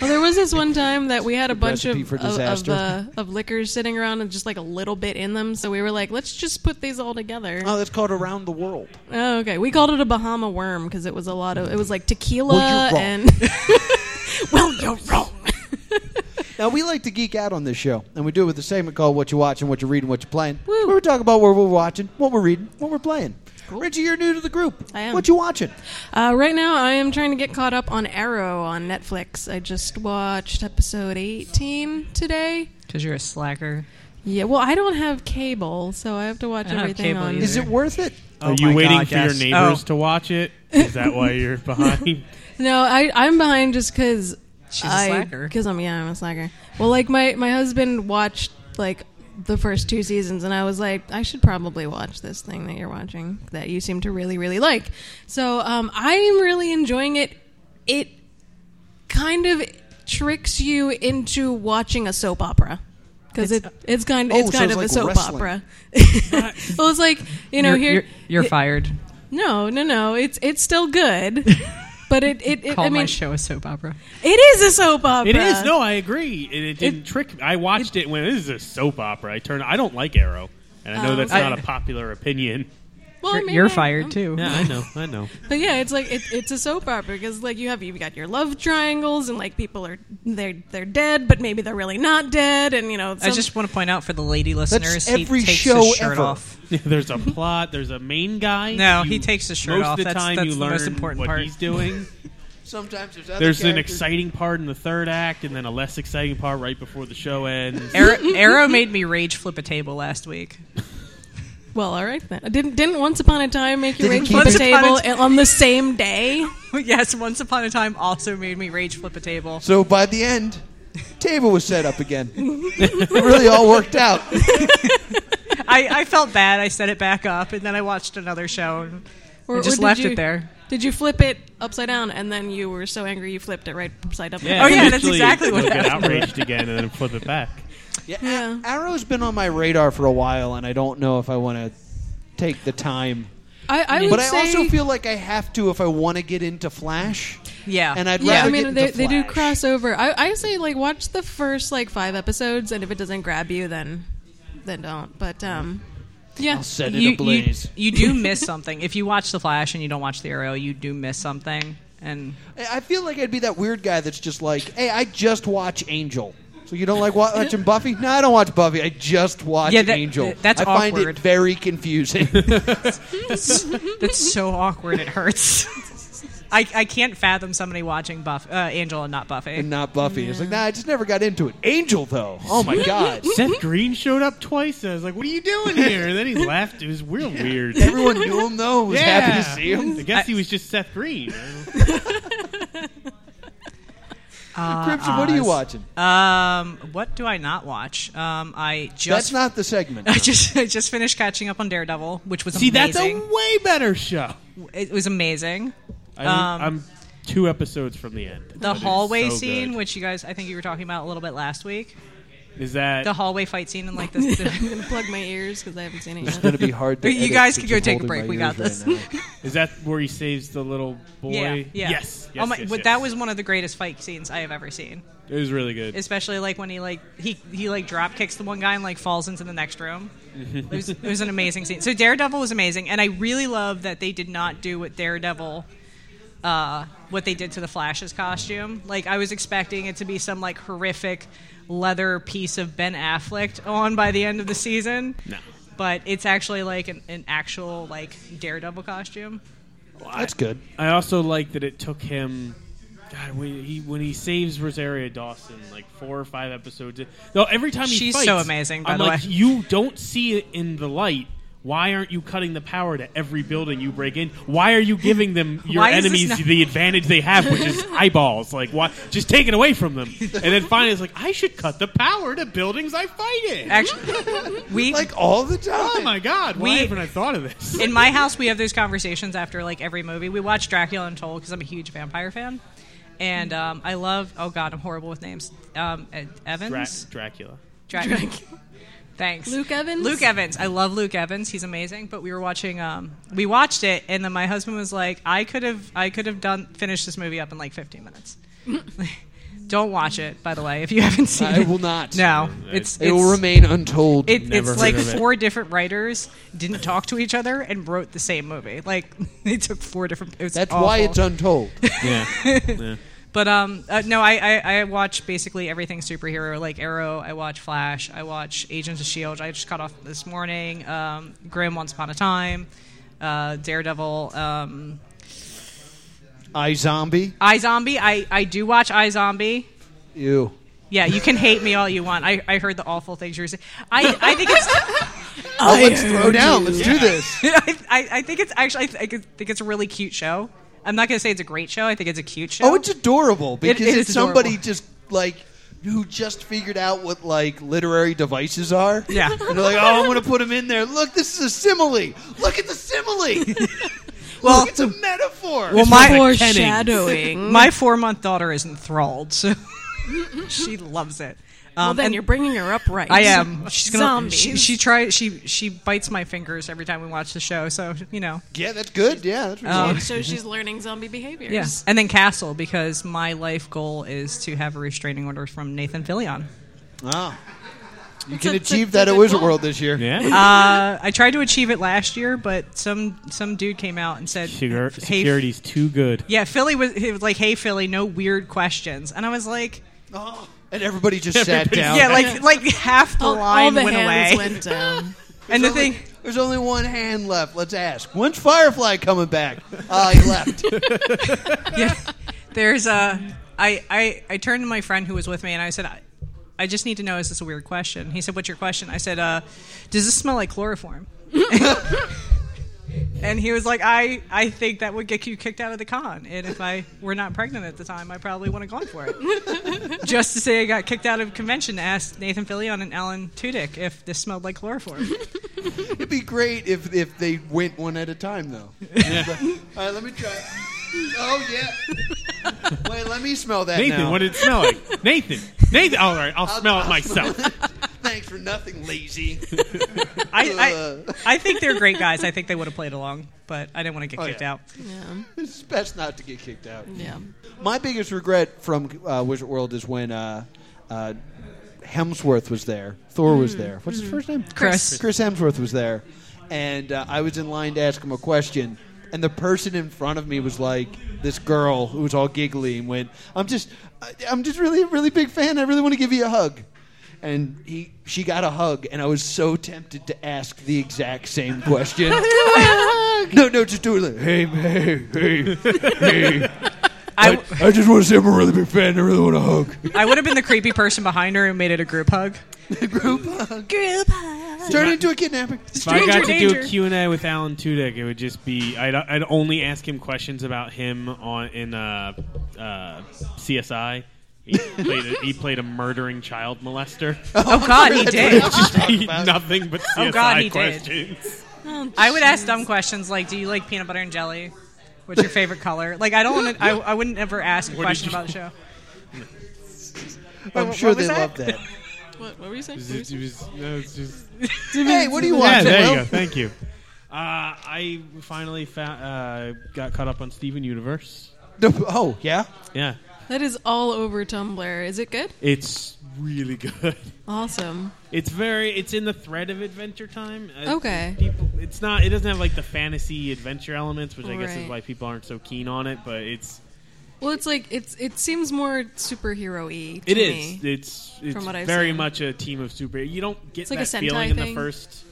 Speaker 4: Well, there was this one time that we had a bunch of
Speaker 3: recipe for
Speaker 4: of, of,
Speaker 3: disaster.
Speaker 4: uh, of liquors sitting around and just like a little bit in them, so we were like, let's just put these all together.
Speaker 3: Oh, that's called Around the World.
Speaker 4: Oh, okay, we called it a Bahama worm because it was a lot of it was like
Speaker 3: Well, you're
Speaker 4: tequila
Speaker 3: wrong. <laughs>
Speaker 4: and well, you're wrong.
Speaker 3: Now, we like to geek out on this show, and we do it with a segment called What You Watching, What You Reading, What You Playing.
Speaker 4: Woo.
Speaker 3: Where we talk about what we're watching, what we're reading, what we're playing. Richie, you're new to the group.
Speaker 4: I am.
Speaker 3: What you watching?
Speaker 4: Uh, right now, I am trying to get caught up on Arrow on Netflix. I just watched episode 18 today.
Speaker 6: Because you're a slacker.
Speaker 4: Yeah, well, I don't have cable, so I have to watch
Speaker 6: I don't have
Speaker 4: everything
Speaker 6: cable
Speaker 4: on.
Speaker 6: either.
Speaker 3: Is it worth it?
Speaker 5: Are
Speaker 6: Oh
Speaker 5: you waiting for your neighbors to watch it? Is that why
Speaker 6: <laughs>
Speaker 5: you're behind?
Speaker 4: <laughs> No, I I'm behind just because
Speaker 6: She's a slacker.
Speaker 4: Because I'm yeah, I'm a slacker. Well, like my my husband watched like the first two seasons, and I was like, I should probably watch this thing that you're watching that you seem to really really like. So um, I'm really enjoying it. It kind of tricks you into watching a soap opera because it it's kind
Speaker 3: Oh,
Speaker 4: it's
Speaker 3: so
Speaker 4: kind
Speaker 3: it's
Speaker 4: of
Speaker 3: like
Speaker 4: a
Speaker 3: wrestling.
Speaker 4: soap
Speaker 6: <laughs>
Speaker 4: opera. <laughs> well, it's like you know
Speaker 6: you're,
Speaker 4: here
Speaker 6: you're, you're fired.
Speaker 4: no no no it's it's still good,
Speaker 6: <laughs>
Speaker 4: but it it, it
Speaker 6: Call
Speaker 4: I
Speaker 6: my
Speaker 4: mean
Speaker 6: show a soap opera.
Speaker 4: it is a soap opera.
Speaker 5: It is. No, I agree. It, it didn't trick me. I watched it, and went, this is a soap opera. I turned. I don't like Arrow, and I know
Speaker 4: Oh,
Speaker 5: that's
Speaker 4: okay.
Speaker 5: not a popular opinion.
Speaker 4: Well, I
Speaker 6: You're,
Speaker 4: mean,
Speaker 6: you're
Speaker 4: I-
Speaker 6: fired
Speaker 4: I'm-
Speaker 6: too.
Speaker 5: I know. I know.
Speaker 4: But yeah, it's like it, it's a soap opera because like you have you've got your love triangles and like people are they're they're dead, but maybe they're really not dead, and you know.
Speaker 6: I
Speaker 4: some-
Speaker 6: just want to point out for the lady listeners,
Speaker 3: every
Speaker 6: he takes
Speaker 3: show
Speaker 6: his shirt
Speaker 3: ever.
Speaker 6: off.
Speaker 5: <laughs> there's a plot. There's a main guy.
Speaker 6: No,
Speaker 5: You-
Speaker 6: he takes his shirt
Speaker 5: most
Speaker 6: off.
Speaker 5: of the
Speaker 6: That's-
Speaker 5: time,
Speaker 6: that's
Speaker 5: you
Speaker 6: the
Speaker 5: learn
Speaker 6: most important
Speaker 5: what
Speaker 6: part.
Speaker 5: he's
Speaker 6: <laughs>
Speaker 5: doing.
Speaker 3: Sometimes there's other
Speaker 5: There's an
Speaker 3: characters-
Speaker 5: exciting part in the third act, and then a less exciting part right before the show ends.
Speaker 6: Arrow, Arrow made me rage flip a table last week. <laughs>
Speaker 4: well, all right then. Didn't didn't once upon a time make you
Speaker 3: Did it
Speaker 4: rage
Speaker 3: keep
Speaker 4: flip the
Speaker 6: it-
Speaker 4: table
Speaker 6: Once upon
Speaker 4: on the same day?
Speaker 6: yes, Once Upon a Time also made me rage flip a table.
Speaker 3: So by the end, table was set up again. <laughs> it really all worked out.
Speaker 6: I, I felt bad. I set it back up, and then I watched another show. And
Speaker 4: Or,
Speaker 6: I just
Speaker 4: did
Speaker 6: left
Speaker 4: you-
Speaker 6: it there.
Speaker 4: Did you flip it upside down and then you were so angry you flipped it right upside up?
Speaker 6: <laughs> Oh, yeah, that's
Speaker 5: eventually
Speaker 6: exactly what
Speaker 5: they'll get
Speaker 6: happened.
Speaker 5: outraged again, and then flip it back.
Speaker 3: Yeah, A-
Speaker 4: Yeah.
Speaker 3: Arrow's been on my radar for a while, and I don't know if I want to take the time.
Speaker 4: I, I would
Speaker 3: But I
Speaker 4: say,
Speaker 3: also feel like I have to if I want to get into Flash.
Speaker 6: Yeah.
Speaker 3: And I'd
Speaker 4: yeah,
Speaker 3: rather
Speaker 4: I
Speaker 3: get
Speaker 4: mean
Speaker 3: into
Speaker 4: they, they do
Speaker 3: Flash.
Speaker 4: cross over. I, I say like watch the first like five episodes, and if it doesn't grab you, then then don't. But um, yeah,
Speaker 3: I'll set it
Speaker 6: you, you,
Speaker 3: ablaze.
Speaker 6: you do miss something. If you watch The Flash and you don't watch The Arrow, you do miss something. And
Speaker 3: I I feel like I'd be that weird guy that's just like, hey, I just watch Angel. So you don't like wa- watching Buffy? No, I don't watch Buffy. I just watch
Speaker 6: Yeah, that-
Speaker 3: Angel.
Speaker 6: that's
Speaker 3: I find
Speaker 6: awkward.
Speaker 3: it very confusing. <laughs>
Speaker 6: that's so awkward. It hurts. <laughs> I, I can't fathom somebody watching Buff uh, Angel and not Buffy.
Speaker 3: and not Buffy. It's like, nah, I just never got into it. Angel,
Speaker 6: <laughs>
Speaker 3: though. Oh my god.
Speaker 5: Seth Green showed up twice. And I was like, "What are you doing here?" And then he laughed. It was real
Speaker 3: <laughs>
Speaker 5: weird.
Speaker 3: Everyone knew him though. Was happy to
Speaker 5: <laughs> Yeah.
Speaker 3: see him.
Speaker 5: I guess he was just Seth
Speaker 6: <laughs>
Speaker 5: Green.
Speaker 6: Uh,
Speaker 3: Crimson, what are you watching?
Speaker 6: Um, what do I not watch? Um, I
Speaker 3: That's
Speaker 6: just
Speaker 3: not the segment.
Speaker 6: <laughs> I just I just finished catching up on Daredevil, which was
Speaker 5: See, that's a
Speaker 6: amazing.
Speaker 5: way better show.
Speaker 6: it was amazing.
Speaker 5: I'm,
Speaker 6: Um,
Speaker 5: I'm two episodes from the end.
Speaker 6: The
Speaker 5: But it's
Speaker 6: hallway
Speaker 5: so
Speaker 6: scene,
Speaker 5: good.
Speaker 6: which you guys I think you were talking about a little bit last week.
Speaker 5: is that
Speaker 6: The hallway fight scene and like
Speaker 5: <laughs>
Speaker 6: this.
Speaker 4: I'm
Speaker 6: the-
Speaker 4: gonna plug my ears because I haven't seen it <laughs>
Speaker 3: It's
Speaker 4: yet.
Speaker 3: going to be hard. To
Speaker 6: You
Speaker 3: edit
Speaker 6: guys
Speaker 3: since
Speaker 6: could go
Speaker 3: I'm
Speaker 6: take a
Speaker 3: holding
Speaker 6: break.
Speaker 3: my
Speaker 6: We got
Speaker 3: ears
Speaker 6: this.
Speaker 3: right now. <laughs>
Speaker 5: is that where he saves the little boy?
Speaker 6: <laughs> yeah, yeah.
Speaker 5: Yes. yes
Speaker 6: oh my!
Speaker 5: yes,
Speaker 6: but
Speaker 5: yes.
Speaker 6: that was one of the greatest fight scenes I have ever seen.
Speaker 5: It was really good.
Speaker 6: Especially like when he like he he like drop kicks the one guy and like falls into the next room. it, was, it was an amazing scene. So Daredevil was amazing, and I really love that they did not do what Daredevil. Uh, what they did to the Flash's costume. Like, I was expecting it to be some, like, horrific leather piece of Ben Affleck on by the end of the season.
Speaker 5: No.
Speaker 6: But it's actually, like, an, an actual, like, Daredevil costume.
Speaker 3: That's
Speaker 6: <laughs>
Speaker 3: good.
Speaker 5: I also like that it took him. God, when he when he saves Rosaria Dawson, like four or five episodes. in- No, every time he
Speaker 6: She's
Speaker 5: fights,
Speaker 6: so amazing, by
Speaker 5: I'm
Speaker 6: the
Speaker 5: like,
Speaker 6: way.
Speaker 5: you don't see it in the light. Why aren't you cutting the power to every building you break in? Why are you giving
Speaker 6: <laughs>
Speaker 5: them your
Speaker 6: Why is this
Speaker 5: enemies
Speaker 6: not-
Speaker 5: the advantage they have, which
Speaker 6: <laughs>
Speaker 5: is eyeballs? Like, why just take it away from them? And then finally, it's like I should cut the power to buildings I fight in.
Speaker 6: Actually, we...
Speaker 3: Like all the
Speaker 5: Oh
Speaker 3: time.
Speaker 5: my god! Why
Speaker 6: We-
Speaker 5: haven't I thought of
Speaker 6: <laughs>
Speaker 5: this?
Speaker 6: in my house, we have those conversations after like every movie. We watch Dracula Untold because I'm a huge vampire fan, and um, I love. Oh God, I'm horrible with names. Um, Ed-
Speaker 5: Dra-
Speaker 6: Evans, <laughs>
Speaker 5: Dracula.
Speaker 6: Dracula. <laughs> Thanks,
Speaker 4: Luke Evans?
Speaker 6: Luke Evans. I love Luke Evans. He's amazing. But we were watching. Um, we watched it, and then my husband was like, "I could have, I could have done finished this movie up in like 15
Speaker 4: <laughs>
Speaker 6: minutes." Don't watch it, by the way, if you haven't seen
Speaker 3: I
Speaker 6: it.
Speaker 3: will not.
Speaker 6: No, it's
Speaker 3: It will
Speaker 6: it's-
Speaker 3: remain untold.
Speaker 6: it,
Speaker 5: Never
Speaker 6: it's
Speaker 5: heard
Speaker 6: like
Speaker 5: of it.
Speaker 6: four different writers didn't talk to each other and wrote the same movie. Like <laughs> they took four different. It was
Speaker 3: That's
Speaker 6: awful.
Speaker 3: why it's
Speaker 6: <laughs>
Speaker 3: untold.
Speaker 5: Yeah.
Speaker 6: But um, uh, no, I, I I watch basically everything superhero, like Arrow. I watch Flash. I watch Agents of Shield. I just cut off this morning. Um, Grim Once Upon a Time, uh, Daredevil. Um,
Speaker 3: I Zombie.
Speaker 6: I Zombie. I I do watch I Zombie.
Speaker 3: You.
Speaker 6: Yeah, you can hate me all you want. I, I heard the awful things you were saying. I, I think it's
Speaker 3: <laughs> Oh, let's throw down. Let's do
Speaker 6: <laughs>
Speaker 3: this.
Speaker 6: I, I, I think it's actually I think it's- think it's a really cute show. I'm not going to say it's a great show. I think it's a cute show.
Speaker 3: Oh, it's adorable because
Speaker 6: it
Speaker 3: it's
Speaker 6: is
Speaker 3: somebody
Speaker 6: adorable.
Speaker 3: just like who just figured out what like literary devices are.
Speaker 6: <laughs> Yeah.
Speaker 3: and they're like, oh, I'm going to put them in there. Look, this is a simile. Look at the <laughs> simile.
Speaker 6: well,
Speaker 3: Look, it's a metaphor.
Speaker 6: well my
Speaker 4: Foreshadowing.
Speaker 6: my four month daughter is enthralled. So <laughs> she loves it.
Speaker 4: well,
Speaker 6: Um,
Speaker 4: then
Speaker 6: and
Speaker 4: you're bringing her up right. <laughs>
Speaker 6: I am. She's gonna.
Speaker 4: Zombies.
Speaker 6: She, she tries. She she bites my fingers every time we watch the show. So you know.
Speaker 3: Yeah, that's good. Um, Yeah, that's really
Speaker 4: And <laughs> so she's learning zombie behaviors.
Speaker 6: Yeah. And then Castle because my life goal is to have a restraining order from Nathan Fillion.
Speaker 4: <laughs>
Speaker 3: good. <laughs> Wow. You
Speaker 4: It's
Speaker 3: can
Speaker 4: a- it's a-
Speaker 3: achieve
Speaker 4: it's a
Speaker 3: that at
Speaker 4: good
Speaker 3: Wizard
Speaker 4: goal.
Speaker 3: World this year.
Speaker 5: Yeah.
Speaker 6: Uh, I tried to achieve it last year, but some some dude came out and said,
Speaker 5: Sugar,
Speaker 6: "Hey,
Speaker 5: security's too good.
Speaker 6: yeah, Philly was, he was like, "Hey, Philly, no weird questions," and I was like,
Speaker 3: And everybody just sat
Speaker 5: Everybody's-
Speaker 3: down.
Speaker 6: "Yeah, like like half the
Speaker 4: All, all
Speaker 6: line
Speaker 4: the
Speaker 6: went
Speaker 4: hands
Speaker 6: away."
Speaker 4: went down.
Speaker 6: <laughs>
Speaker 4: <laughs>
Speaker 6: and the thing,
Speaker 3: There's only one hand left. Let's ask. When's Firefly coming back? Ah, <laughs> he left.
Speaker 6: yeah, there's a. I I I turned to my friend who was with me and I said, I, "I just need to know is this a weird question?" He said, "What's your question?" I said, uh, "Does this smell like chloroform?" <laughs> and he was like, "I I think that would get you kicked out of the con, and if I were not pregnant at the time, I probably wouldn't have gone for
Speaker 4: <laughs>
Speaker 6: it." just to say, I got kicked out of convention to ask Nathan Fillion and Alan Tudyk if this smelled like chloroform.
Speaker 3: It'd be great if if they went one at a time, though. All right, let me try. Oh yeah. <laughs> Wait, let me smell that
Speaker 5: Nathan,
Speaker 3: now.
Speaker 5: what did it smell like? Nathan, Nathan. All right, I'll smell it myself.
Speaker 3: Thanks for nothing, lazy. <laughs>
Speaker 6: I, I I think they're great guys. I think they would have played along, but I didn't want to get
Speaker 3: Oh,
Speaker 6: kicked
Speaker 3: yeah.
Speaker 6: out.
Speaker 4: Yeah.
Speaker 3: it's best not to get kicked out.
Speaker 4: Yeah.
Speaker 3: My biggest regret from uh, Wizard World is when uh, uh, Hemsworth was there. Thor was there. What's his first name?
Speaker 6: Chris.
Speaker 3: Chris Hemsworth was there, and uh, I was in line to ask him a question. And the person in front of me was like this girl who was all giggly and went, "I'm just, I- I'm just really, a really big fan. I really want to give you a hug." And he, she got a hug, and I was so tempted to ask the exact same question. <laughs> no, no, just do it. Like, hey, hey, hey, hey.
Speaker 6: I w-
Speaker 3: I just want to say I'm a really big fan. I really want a hug.
Speaker 6: I would have been the creepy person behind her who made it a group hug.
Speaker 4: Group hug.
Speaker 3: Turn into a kidnapping.
Speaker 5: If I got to
Speaker 6: danger.
Speaker 5: do a Q&A with Alan Tudyk, it would just be I'd, I'd only ask him questions about him on in uh, uh, CSI. He played, a, he played a murdering child molester.
Speaker 6: Oh God, he did.
Speaker 5: Nothing but CSI
Speaker 6: Oh, God, he did.
Speaker 5: questions.
Speaker 6: I would ask dumb questions like, "Do you like peanut butter and jelly? What's your favorite color?" Like, I don't want to. I, I wouldn't ever ask a
Speaker 5: What did
Speaker 6: question
Speaker 5: you-
Speaker 6: about the show.
Speaker 3: I'm
Speaker 6: What
Speaker 3: sure
Speaker 6: was
Speaker 3: they
Speaker 6: that?
Speaker 3: love that.
Speaker 4: What, what were you saying? What were you
Speaker 5: It
Speaker 4: saying?
Speaker 5: was- no, it's just-
Speaker 3: <laughs> hey, what do you
Speaker 5: yeah,
Speaker 3: want?
Speaker 5: there you
Speaker 3: Will?
Speaker 5: go. Thank you. Uh, I finally fa- uh, got caught up on Steven Universe.
Speaker 3: No, oh, yeah?
Speaker 5: Yeah,
Speaker 4: That is all over Tumblr. Is it good?
Speaker 5: it's really good.
Speaker 4: Awesome.
Speaker 5: <laughs> It's very. It's in the thread of Adventure Time. Uh,
Speaker 4: Okay.
Speaker 5: People, it's not. It doesn't have like the fantasy adventure elements, which I guess is
Speaker 4: Right.
Speaker 5: why people aren't so keen on it. But it's.
Speaker 4: Well, it's like it's it seems more superhero-y to
Speaker 5: It is.
Speaker 4: me.
Speaker 5: It's. It's
Speaker 4: From what I've
Speaker 5: very
Speaker 4: seen.
Speaker 5: much a team of super. You don't get
Speaker 4: It's like a
Speaker 5: that
Speaker 4: Sentai
Speaker 5: feeling in the
Speaker 4: thing.
Speaker 5: first.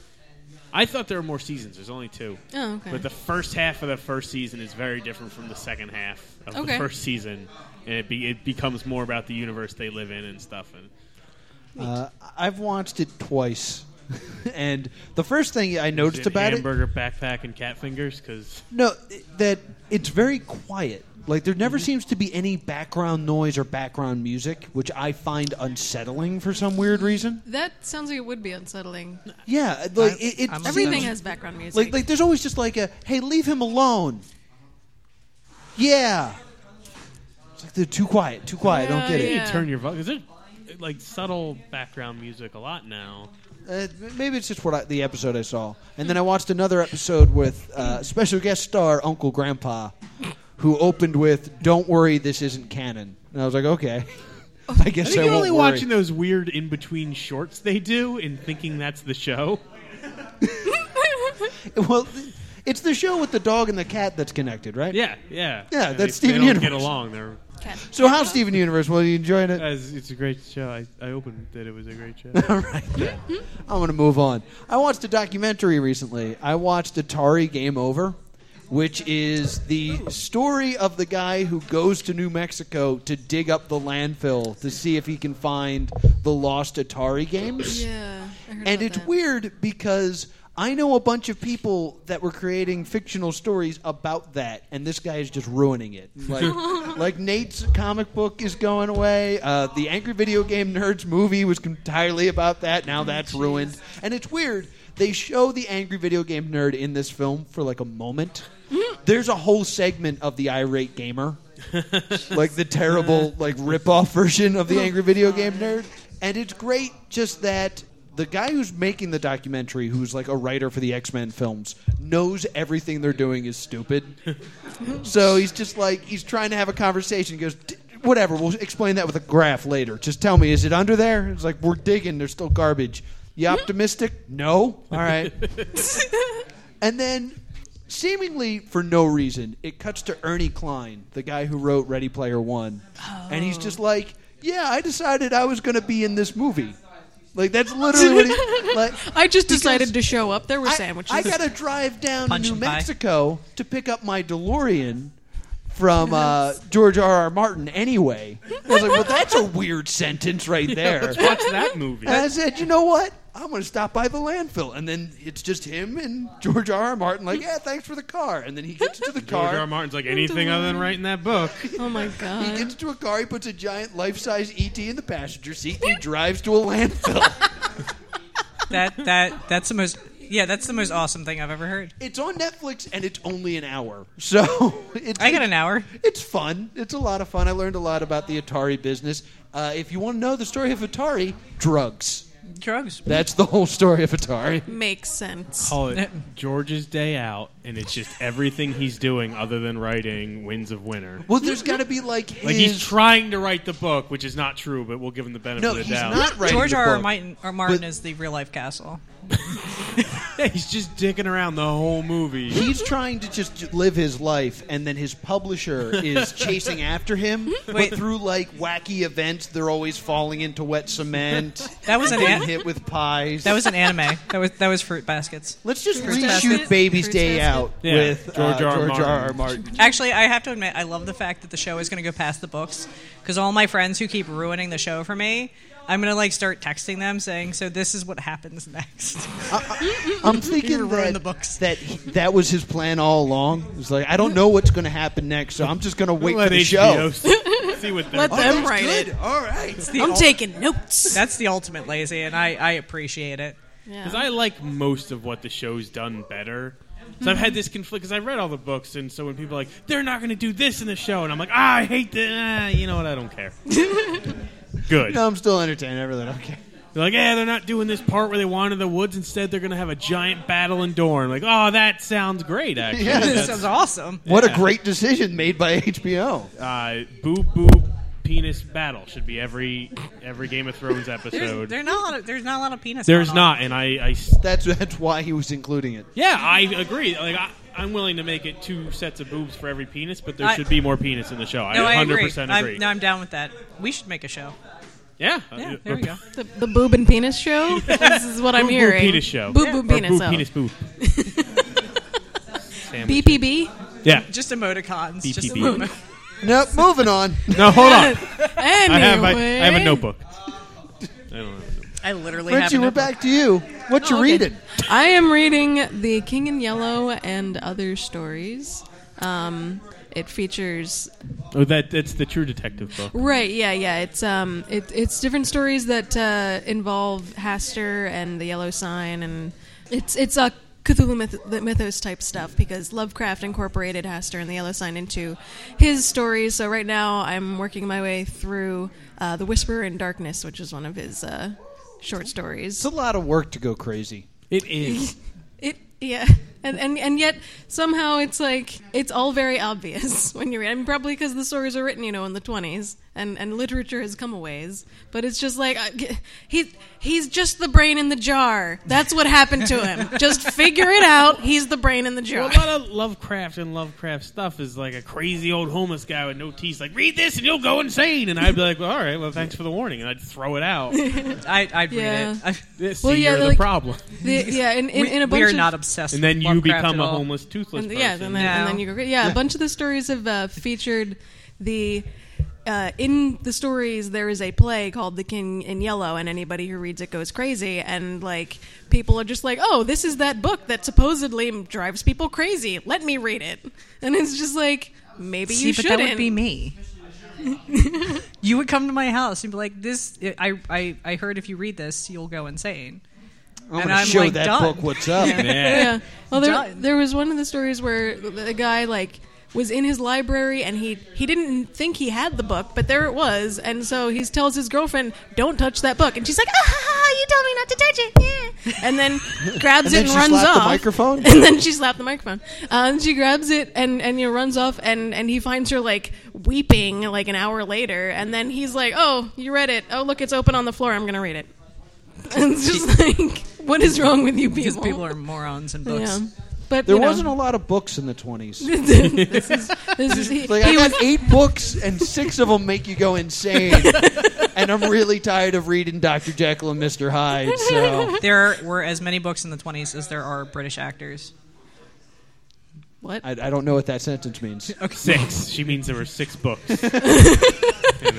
Speaker 5: I thought there were more seasons. There's only two.
Speaker 4: Oh, okay.
Speaker 5: But the first half of the first season is very different from the second half of the
Speaker 4: Okay.
Speaker 5: first season, and it, be, it becomes more about the universe they live in and stuff. And
Speaker 3: Uh, I've watched it twice. <laughs> and the first thing I noticed
Speaker 5: Is it
Speaker 3: about it.
Speaker 5: hamburger backpack and cat fingers because
Speaker 3: No, it- that it's very quiet. Like there never seems to be any background noise or background music, which I find unsettling for some weird reason.
Speaker 4: that sounds like it would be unsettling.
Speaker 3: Yeah, like it, it
Speaker 6: I'm a-
Speaker 4: Everything
Speaker 3: seems-
Speaker 4: has background music.
Speaker 3: like like there's always just like a hey, leave him alone. Yeah, it's like they're too quiet, too quiet. I don't
Speaker 4: Yeah,
Speaker 3: get
Speaker 5: you
Speaker 4: yeah.
Speaker 5: turn your volume. Is it like subtle background music a lot now?
Speaker 3: it. Uh, maybe it's just what I, the episode I saw, and then I watched another episode with uh, special guest star Uncle Grandpa, who opened with "Don't worry, this isn't canon," and I was like, okay. <laughs> I guess
Speaker 5: I
Speaker 3: I,
Speaker 5: think you're
Speaker 3: won't
Speaker 5: only
Speaker 3: worry.
Speaker 5: watching those weird in between shorts they do and thinking that's the show.
Speaker 3: Well, th- it's the show with the dog and the cat that's connected, right?
Speaker 5: Yeah, yeah,
Speaker 3: Yeah,
Speaker 5: And
Speaker 3: that's
Speaker 5: they,
Speaker 3: Steven
Speaker 5: they don't get
Speaker 3: Universe.
Speaker 5: along. They're
Speaker 4: Cat-
Speaker 3: So, how's Steven Universe? Well, you enjoying it?
Speaker 5: guys, it's a great show. I, I opened that it was a great show.
Speaker 3: <laughs> All right. I'm going to move on. I watched a documentary recently. I watched Atari Game Over, which is the story of the guy who goes to New Mexico to dig up the landfill to see if he can find the lost Atari games.
Speaker 4: Yeah, I
Speaker 3: And
Speaker 4: heard about
Speaker 3: it's
Speaker 4: that.
Speaker 3: weird because I know a bunch of people that were creating fictional stories about that, and this guy is just ruining it. Like, like Nate's comic book is going away. Uh, the Angry Video Game Nerds movie was entirely about that.
Speaker 4: Oh,
Speaker 3: Now that's ruined. And it's weird. They show the Angry Video Game
Speaker 4: <laughs>
Speaker 3: Nerd in this film for like a moment. There's a whole segment of the irate gamer like the terrible like rip-off version of the angry video game nerd and it's great just that the guy who's making the documentary who's like a writer for the x-men films knows everything they're doing is stupid so he's just like he's trying to have a conversation he goes "D- whatever we'll explain that with a graph later just tell me is it under there it's like we're digging there's still garbage you optimistic no all right and then, seemingly for no reason, it cuts to Ernie Klein, the guy who wrote Ready Player One. And he's just like, Yeah, I decided I was going to be in this movie. Like, that's literally what he. Like,
Speaker 4: I just
Speaker 3: Because
Speaker 4: decided to show up. There were
Speaker 3: I-
Speaker 4: sandwiches.
Speaker 3: I, got to drive down to
Speaker 6: Punch
Speaker 3: New
Speaker 6: and pie.
Speaker 3: Mexico to pick up my DeLorean from uh, George R. R. Martin anyway. I was like, Well, that's a weird sentence right there.
Speaker 5: <laughs> Watch that movie.
Speaker 3: And I said, you know what? I'm going to stop by the landfill. And then it's just him and George R. R. Martin, like, yeah, thanks for the car. And then he gets to the
Speaker 5: George R. R.
Speaker 3: car.
Speaker 5: Martin's like anything other than writing that book.
Speaker 4: <laughs> oh my god!
Speaker 3: He gets to a car. He puts a giant life size ET in the passenger seat. And he drives to a landfill.
Speaker 6: That that that's the most yeah that's the most awesome thing I've ever heard.
Speaker 3: it's on Netflix and it's only an hour. So <laughs> it's,
Speaker 6: I got an hour.
Speaker 3: it's fun. It's a lot of fun. I learned a lot about the Atari business. Uh, if you want to know the story of Atari, drugs.
Speaker 6: Drugs.
Speaker 3: That's the whole story of Atari.
Speaker 4: Makes sense.
Speaker 5: <laughs> Call it George's Day Out, and it's just everything he's doing other than writing Winds of Winter.
Speaker 3: Well, there's got to be like his.
Speaker 5: Like he's trying to write the book, which is not true, but we'll give him the benefit
Speaker 3: no,
Speaker 5: of the
Speaker 3: he's
Speaker 5: doubt.
Speaker 3: not right.
Speaker 6: George
Speaker 3: the
Speaker 6: R. R.
Speaker 3: book.
Speaker 6: Martin, or Martin
Speaker 3: But-
Speaker 6: is the real life castle.
Speaker 5: Yeah, he's just dicking around the whole movie.
Speaker 3: He's trying to just live his life, and then his publisher
Speaker 6: <laughs>
Speaker 3: is chasing after him.
Speaker 6: Hmm? Wait.
Speaker 3: But through like wacky events, they're always falling into wet cement,
Speaker 6: That was an
Speaker 3: getting
Speaker 6: an-
Speaker 3: hit with pies.
Speaker 6: that was an anime. That was that was fruit baskets.
Speaker 3: Let's just
Speaker 4: Fruits
Speaker 3: reshoot
Speaker 4: Basket.
Speaker 3: Baby's
Speaker 4: Fruits
Speaker 3: Day
Speaker 4: Basket.
Speaker 3: Out
Speaker 5: Yeah,
Speaker 3: with
Speaker 5: George
Speaker 3: uh,
Speaker 5: R.
Speaker 3: George
Speaker 5: Martin.
Speaker 3: R. R. Martin.
Speaker 6: Actually, I have to admit, I love the fact that the show is going to go past the books because all my friends who keep ruining the show for me, I'm going to like start texting them saying, "So this is what happens next." <laughs>
Speaker 3: I'm
Speaker 6: You're
Speaker 3: thinking
Speaker 6: gonna
Speaker 3: that,
Speaker 6: ruin the
Speaker 3: <laughs>
Speaker 6: books.
Speaker 3: that he- that was his plan all along. It's like I don't know what's going to happen next, so I'm just going to wait for
Speaker 5: Let
Speaker 3: the
Speaker 5: HBO
Speaker 3: show. <laughs> Oh,
Speaker 5: see- see what they're
Speaker 4: Let them
Speaker 3: that's
Speaker 4: write
Speaker 3: good.
Speaker 4: it.
Speaker 3: All right.
Speaker 6: It's the
Speaker 4: I'm
Speaker 6: ul-
Speaker 4: taking notes.
Speaker 6: That's the ultimate lazy, and I I
Speaker 5: <laughs>
Speaker 6: appreciate it.
Speaker 4: Yeah.
Speaker 5: Because I like most of what the show's done better. So I've had this conflict because I read all the books, and so when people are like, they're not going to do this in the show, and I'm like, ah, I hate that. you know what? I
Speaker 3: <laughs>
Speaker 5: don't care. Good.
Speaker 3: No, I'm still entertained. I really don't care.
Speaker 5: They're like, yeah, they're not doing this part where they wander the woods. Instead, they're going to have a giant battle in Dorne. Like, oh, that sounds great, actually.
Speaker 3: Yeah.
Speaker 6: This sounds awesome.
Speaker 3: What a
Speaker 5: Yeah.
Speaker 3: great decision made by <laughs> HBO.
Speaker 5: Uh, boo boo penis battle should be every every Game of Thrones
Speaker 6: There's,
Speaker 5: episode.
Speaker 6: there's not a lot of, there's not a lot of penis.
Speaker 5: There's
Speaker 6: going on.
Speaker 5: not, and I, I s-
Speaker 3: That's that's why he was including it.
Speaker 5: yeah, I agree. Like, I, I'm willing to make it two sets of boobs for every penis, but there
Speaker 6: I-
Speaker 5: should be more penis in the show.
Speaker 6: No, I
Speaker 5: 100%
Speaker 6: agree.
Speaker 5: agree.
Speaker 6: I'm, no, I'm down with that. We should make a show.
Speaker 5: yeah, Uh,
Speaker 6: Yeah, there
Speaker 5: <laughs>
Speaker 6: we go.
Speaker 4: The, the boob and penis show. this is what I'm
Speaker 5: Boo
Speaker 4: hearing.
Speaker 5: penis show.
Speaker 4: Boob boob
Speaker 5: Or
Speaker 4: penis.
Speaker 5: boob
Speaker 4: oh. <laughs>
Speaker 5: penis boob. Sandwich.
Speaker 4: BPB.
Speaker 5: Yeah.
Speaker 6: Just emoticons. Just
Speaker 5: BPB.
Speaker 6: emo-
Speaker 3: Nope, moving on.
Speaker 5: No, hold on.
Speaker 4: Anyway,
Speaker 5: I have I, I have a notebook. I don't know.
Speaker 6: I literally have.
Speaker 3: Richie,
Speaker 6: a
Speaker 3: we're
Speaker 6: notebook.
Speaker 3: back to you. What you
Speaker 4: Oh, okay.
Speaker 3: reading?
Speaker 4: I am reading The King in Yellow and Other Stories. Um, it features
Speaker 5: Oh, that that's the True Detective book.
Speaker 4: right, yeah, yeah. It's um, it, it's different stories that uh, involve Haster and the Yellow Sign, and it's it's a Cthulhu myth- the mythos type stuff because Lovecraft incorporated Haster and the Yellow Sign into his stories. So right now I'm working my way through uh, The Whisperer in Darkness, which is one of his uh, short stories.
Speaker 3: It's a lot of work to go crazy.
Speaker 5: It is.
Speaker 4: It yeah, and and and yet somehow it's like it's all very obvious <laughs> when you read. I mean, probably because the stories are written, you know, in the twenties, and and literature has come a ways. But it's just like I, he he's just the brain in the jar. That's what happened to him. just figure it out. He's the brain in the jar.
Speaker 5: Well, a lot of Lovecraft and Lovecraft stuff is like a crazy old homeless guy with no teeth. Like, read this and you'll go insane. And I'd be like, well, all right, well, thanks for the warning. And I'd throw
Speaker 4: <laughs>
Speaker 5: it out.
Speaker 6: I, I'd read
Speaker 4: Yeah.
Speaker 6: it. <laughs> I,
Speaker 5: This,
Speaker 4: Well,
Speaker 5: see,
Speaker 4: yeah,
Speaker 5: you're
Speaker 4: they're
Speaker 5: the
Speaker 4: like-
Speaker 5: problem.
Speaker 4: The- yeah, in, in,
Speaker 6: we,
Speaker 4: in a
Speaker 6: we
Speaker 4: bunch
Speaker 6: are
Speaker 4: of
Speaker 6: not obsessed.
Speaker 5: And then
Speaker 6: with
Speaker 5: you
Speaker 6: Lovecraft
Speaker 5: become
Speaker 6: at
Speaker 5: a
Speaker 6: all.
Speaker 5: homeless, toothless
Speaker 4: and,
Speaker 5: person.
Speaker 4: yeah, and then, and then
Speaker 6: No.
Speaker 4: you go. Yeah, a bunch of the stories have uh, featured the. Uh, in the stories, there is a play called The King in Yellow, and anybody who reads it goes crazy. And like, people are just like, "Oh, this is that book that supposedly drives people crazy. Let me read it." And it's just like, maybe
Speaker 6: See,
Speaker 4: you
Speaker 6: but
Speaker 4: shouldn't.
Speaker 6: that would be me. <laughs> you would come to my house and be like, "This, I, I, I heard if you read this, you'll go insane."
Speaker 3: I'm
Speaker 6: And
Speaker 3: gonna
Speaker 6: I'm,
Speaker 3: show
Speaker 6: like,
Speaker 3: that
Speaker 6: <laughs> done.
Speaker 3: book what's up.
Speaker 5: Yeah.
Speaker 4: yeah. Well, there
Speaker 6: Done.
Speaker 4: there was one of the stories where the the guy like was in his library and he he didn't think he had the book, but there it was, and so he tells his girlfriend, "Don't touch that book," and she's like, "Ah, ha, ha, you told me not to touch it," yeah. and then
Speaker 3: And
Speaker 4: grabs it
Speaker 3: then
Speaker 4: and
Speaker 3: she
Speaker 4: runs
Speaker 3: slapped the
Speaker 4: off.
Speaker 3: microphone?
Speaker 4: <laughs> and then she slapped the microphone. Uh, and she grabs it and and you know runs off, and and he finds her like weeping like an hour later, and then he's like, "Oh, you read it? Oh, look, it's open on the floor. I'm gonna read it." <laughs> And it's just like, what is wrong with you
Speaker 6: Because
Speaker 4: people?
Speaker 6: people are morons in books.
Speaker 4: yeah. But
Speaker 3: There
Speaker 4: you know,
Speaker 3: wasn't a lot of books in the 20s.
Speaker 4: this is this is he,
Speaker 3: Like, I
Speaker 4: he was
Speaker 3: got eight books, and six of them make you go
Speaker 4: <laughs>
Speaker 3: insane. and I'm really tired of reading Dr. Jekyll and Mr. Hyde,
Speaker 4: <laughs>
Speaker 3: so.
Speaker 6: <laughs> There were as many books in the 20s as there are British actors.
Speaker 4: what?
Speaker 3: I, I don't know what that sentence means.
Speaker 5: <laughs> Six. She means there were six
Speaker 6: <laughs>
Speaker 5: books. And they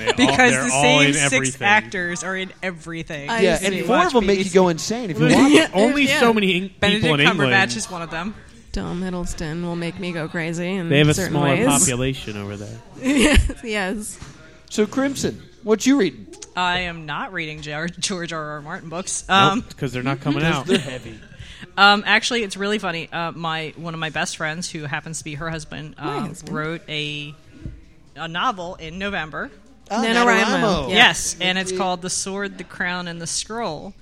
Speaker 5: all-
Speaker 6: Because
Speaker 5: they're
Speaker 6: the
Speaker 5: all
Speaker 6: same
Speaker 5: in
Speaker 6: six
Speaker 5: everything.
Speaker 6: actors are in everything.
Speaker 4: I-
Speaker 3: Yeah,
Speaker 4: see.
Speaker 3: and four of them make you go insane
Speaker 4: <laughs>
Speaker 3: if you want.
Speaker 6: <laughs>
Speaker 5: Only- Only
Speaker 4: Yeah.
Speaker 5: so many in- people
Speaker 6: Benedict
Speaker 5: in England.
Speaker 6: Cumberbatch is one of them.
Speaker 4: Tom Hiddleston will make me go crazy. In
Speaker 5: They have a
Speaker 4: certain
Speaker 5: smaller
Speaker 4: ways.
Speaker 5: population over there.
Speaker 4: yes, <laughs> yes.
Speaker 3: So, Crimson, what you reading?
Speaker 6: I am not reading Jar- George R. R. Martin books.
Speaker 5: Because
Speaker 6: Um,
Speaker 5: they're
Speaker 6: <laughs>
Speaker 5: not coming out.
Speaker 3: They're heavy.
Speaker 6: Um, actually, it's really funny. Uh, my one of my best friends, who happens to be her husband,
Speaker 3: Oh,
Speaker 6: uh,
Speaker 4: husband.
Speaker 6: wrote a a novel in November.
Speaker 3: Ah,
Speaker 4: Uh, NaNoWriMo. Yeah.
Speaker 6: Yes, and it's called "The Sword, the Crown, and the Scroll."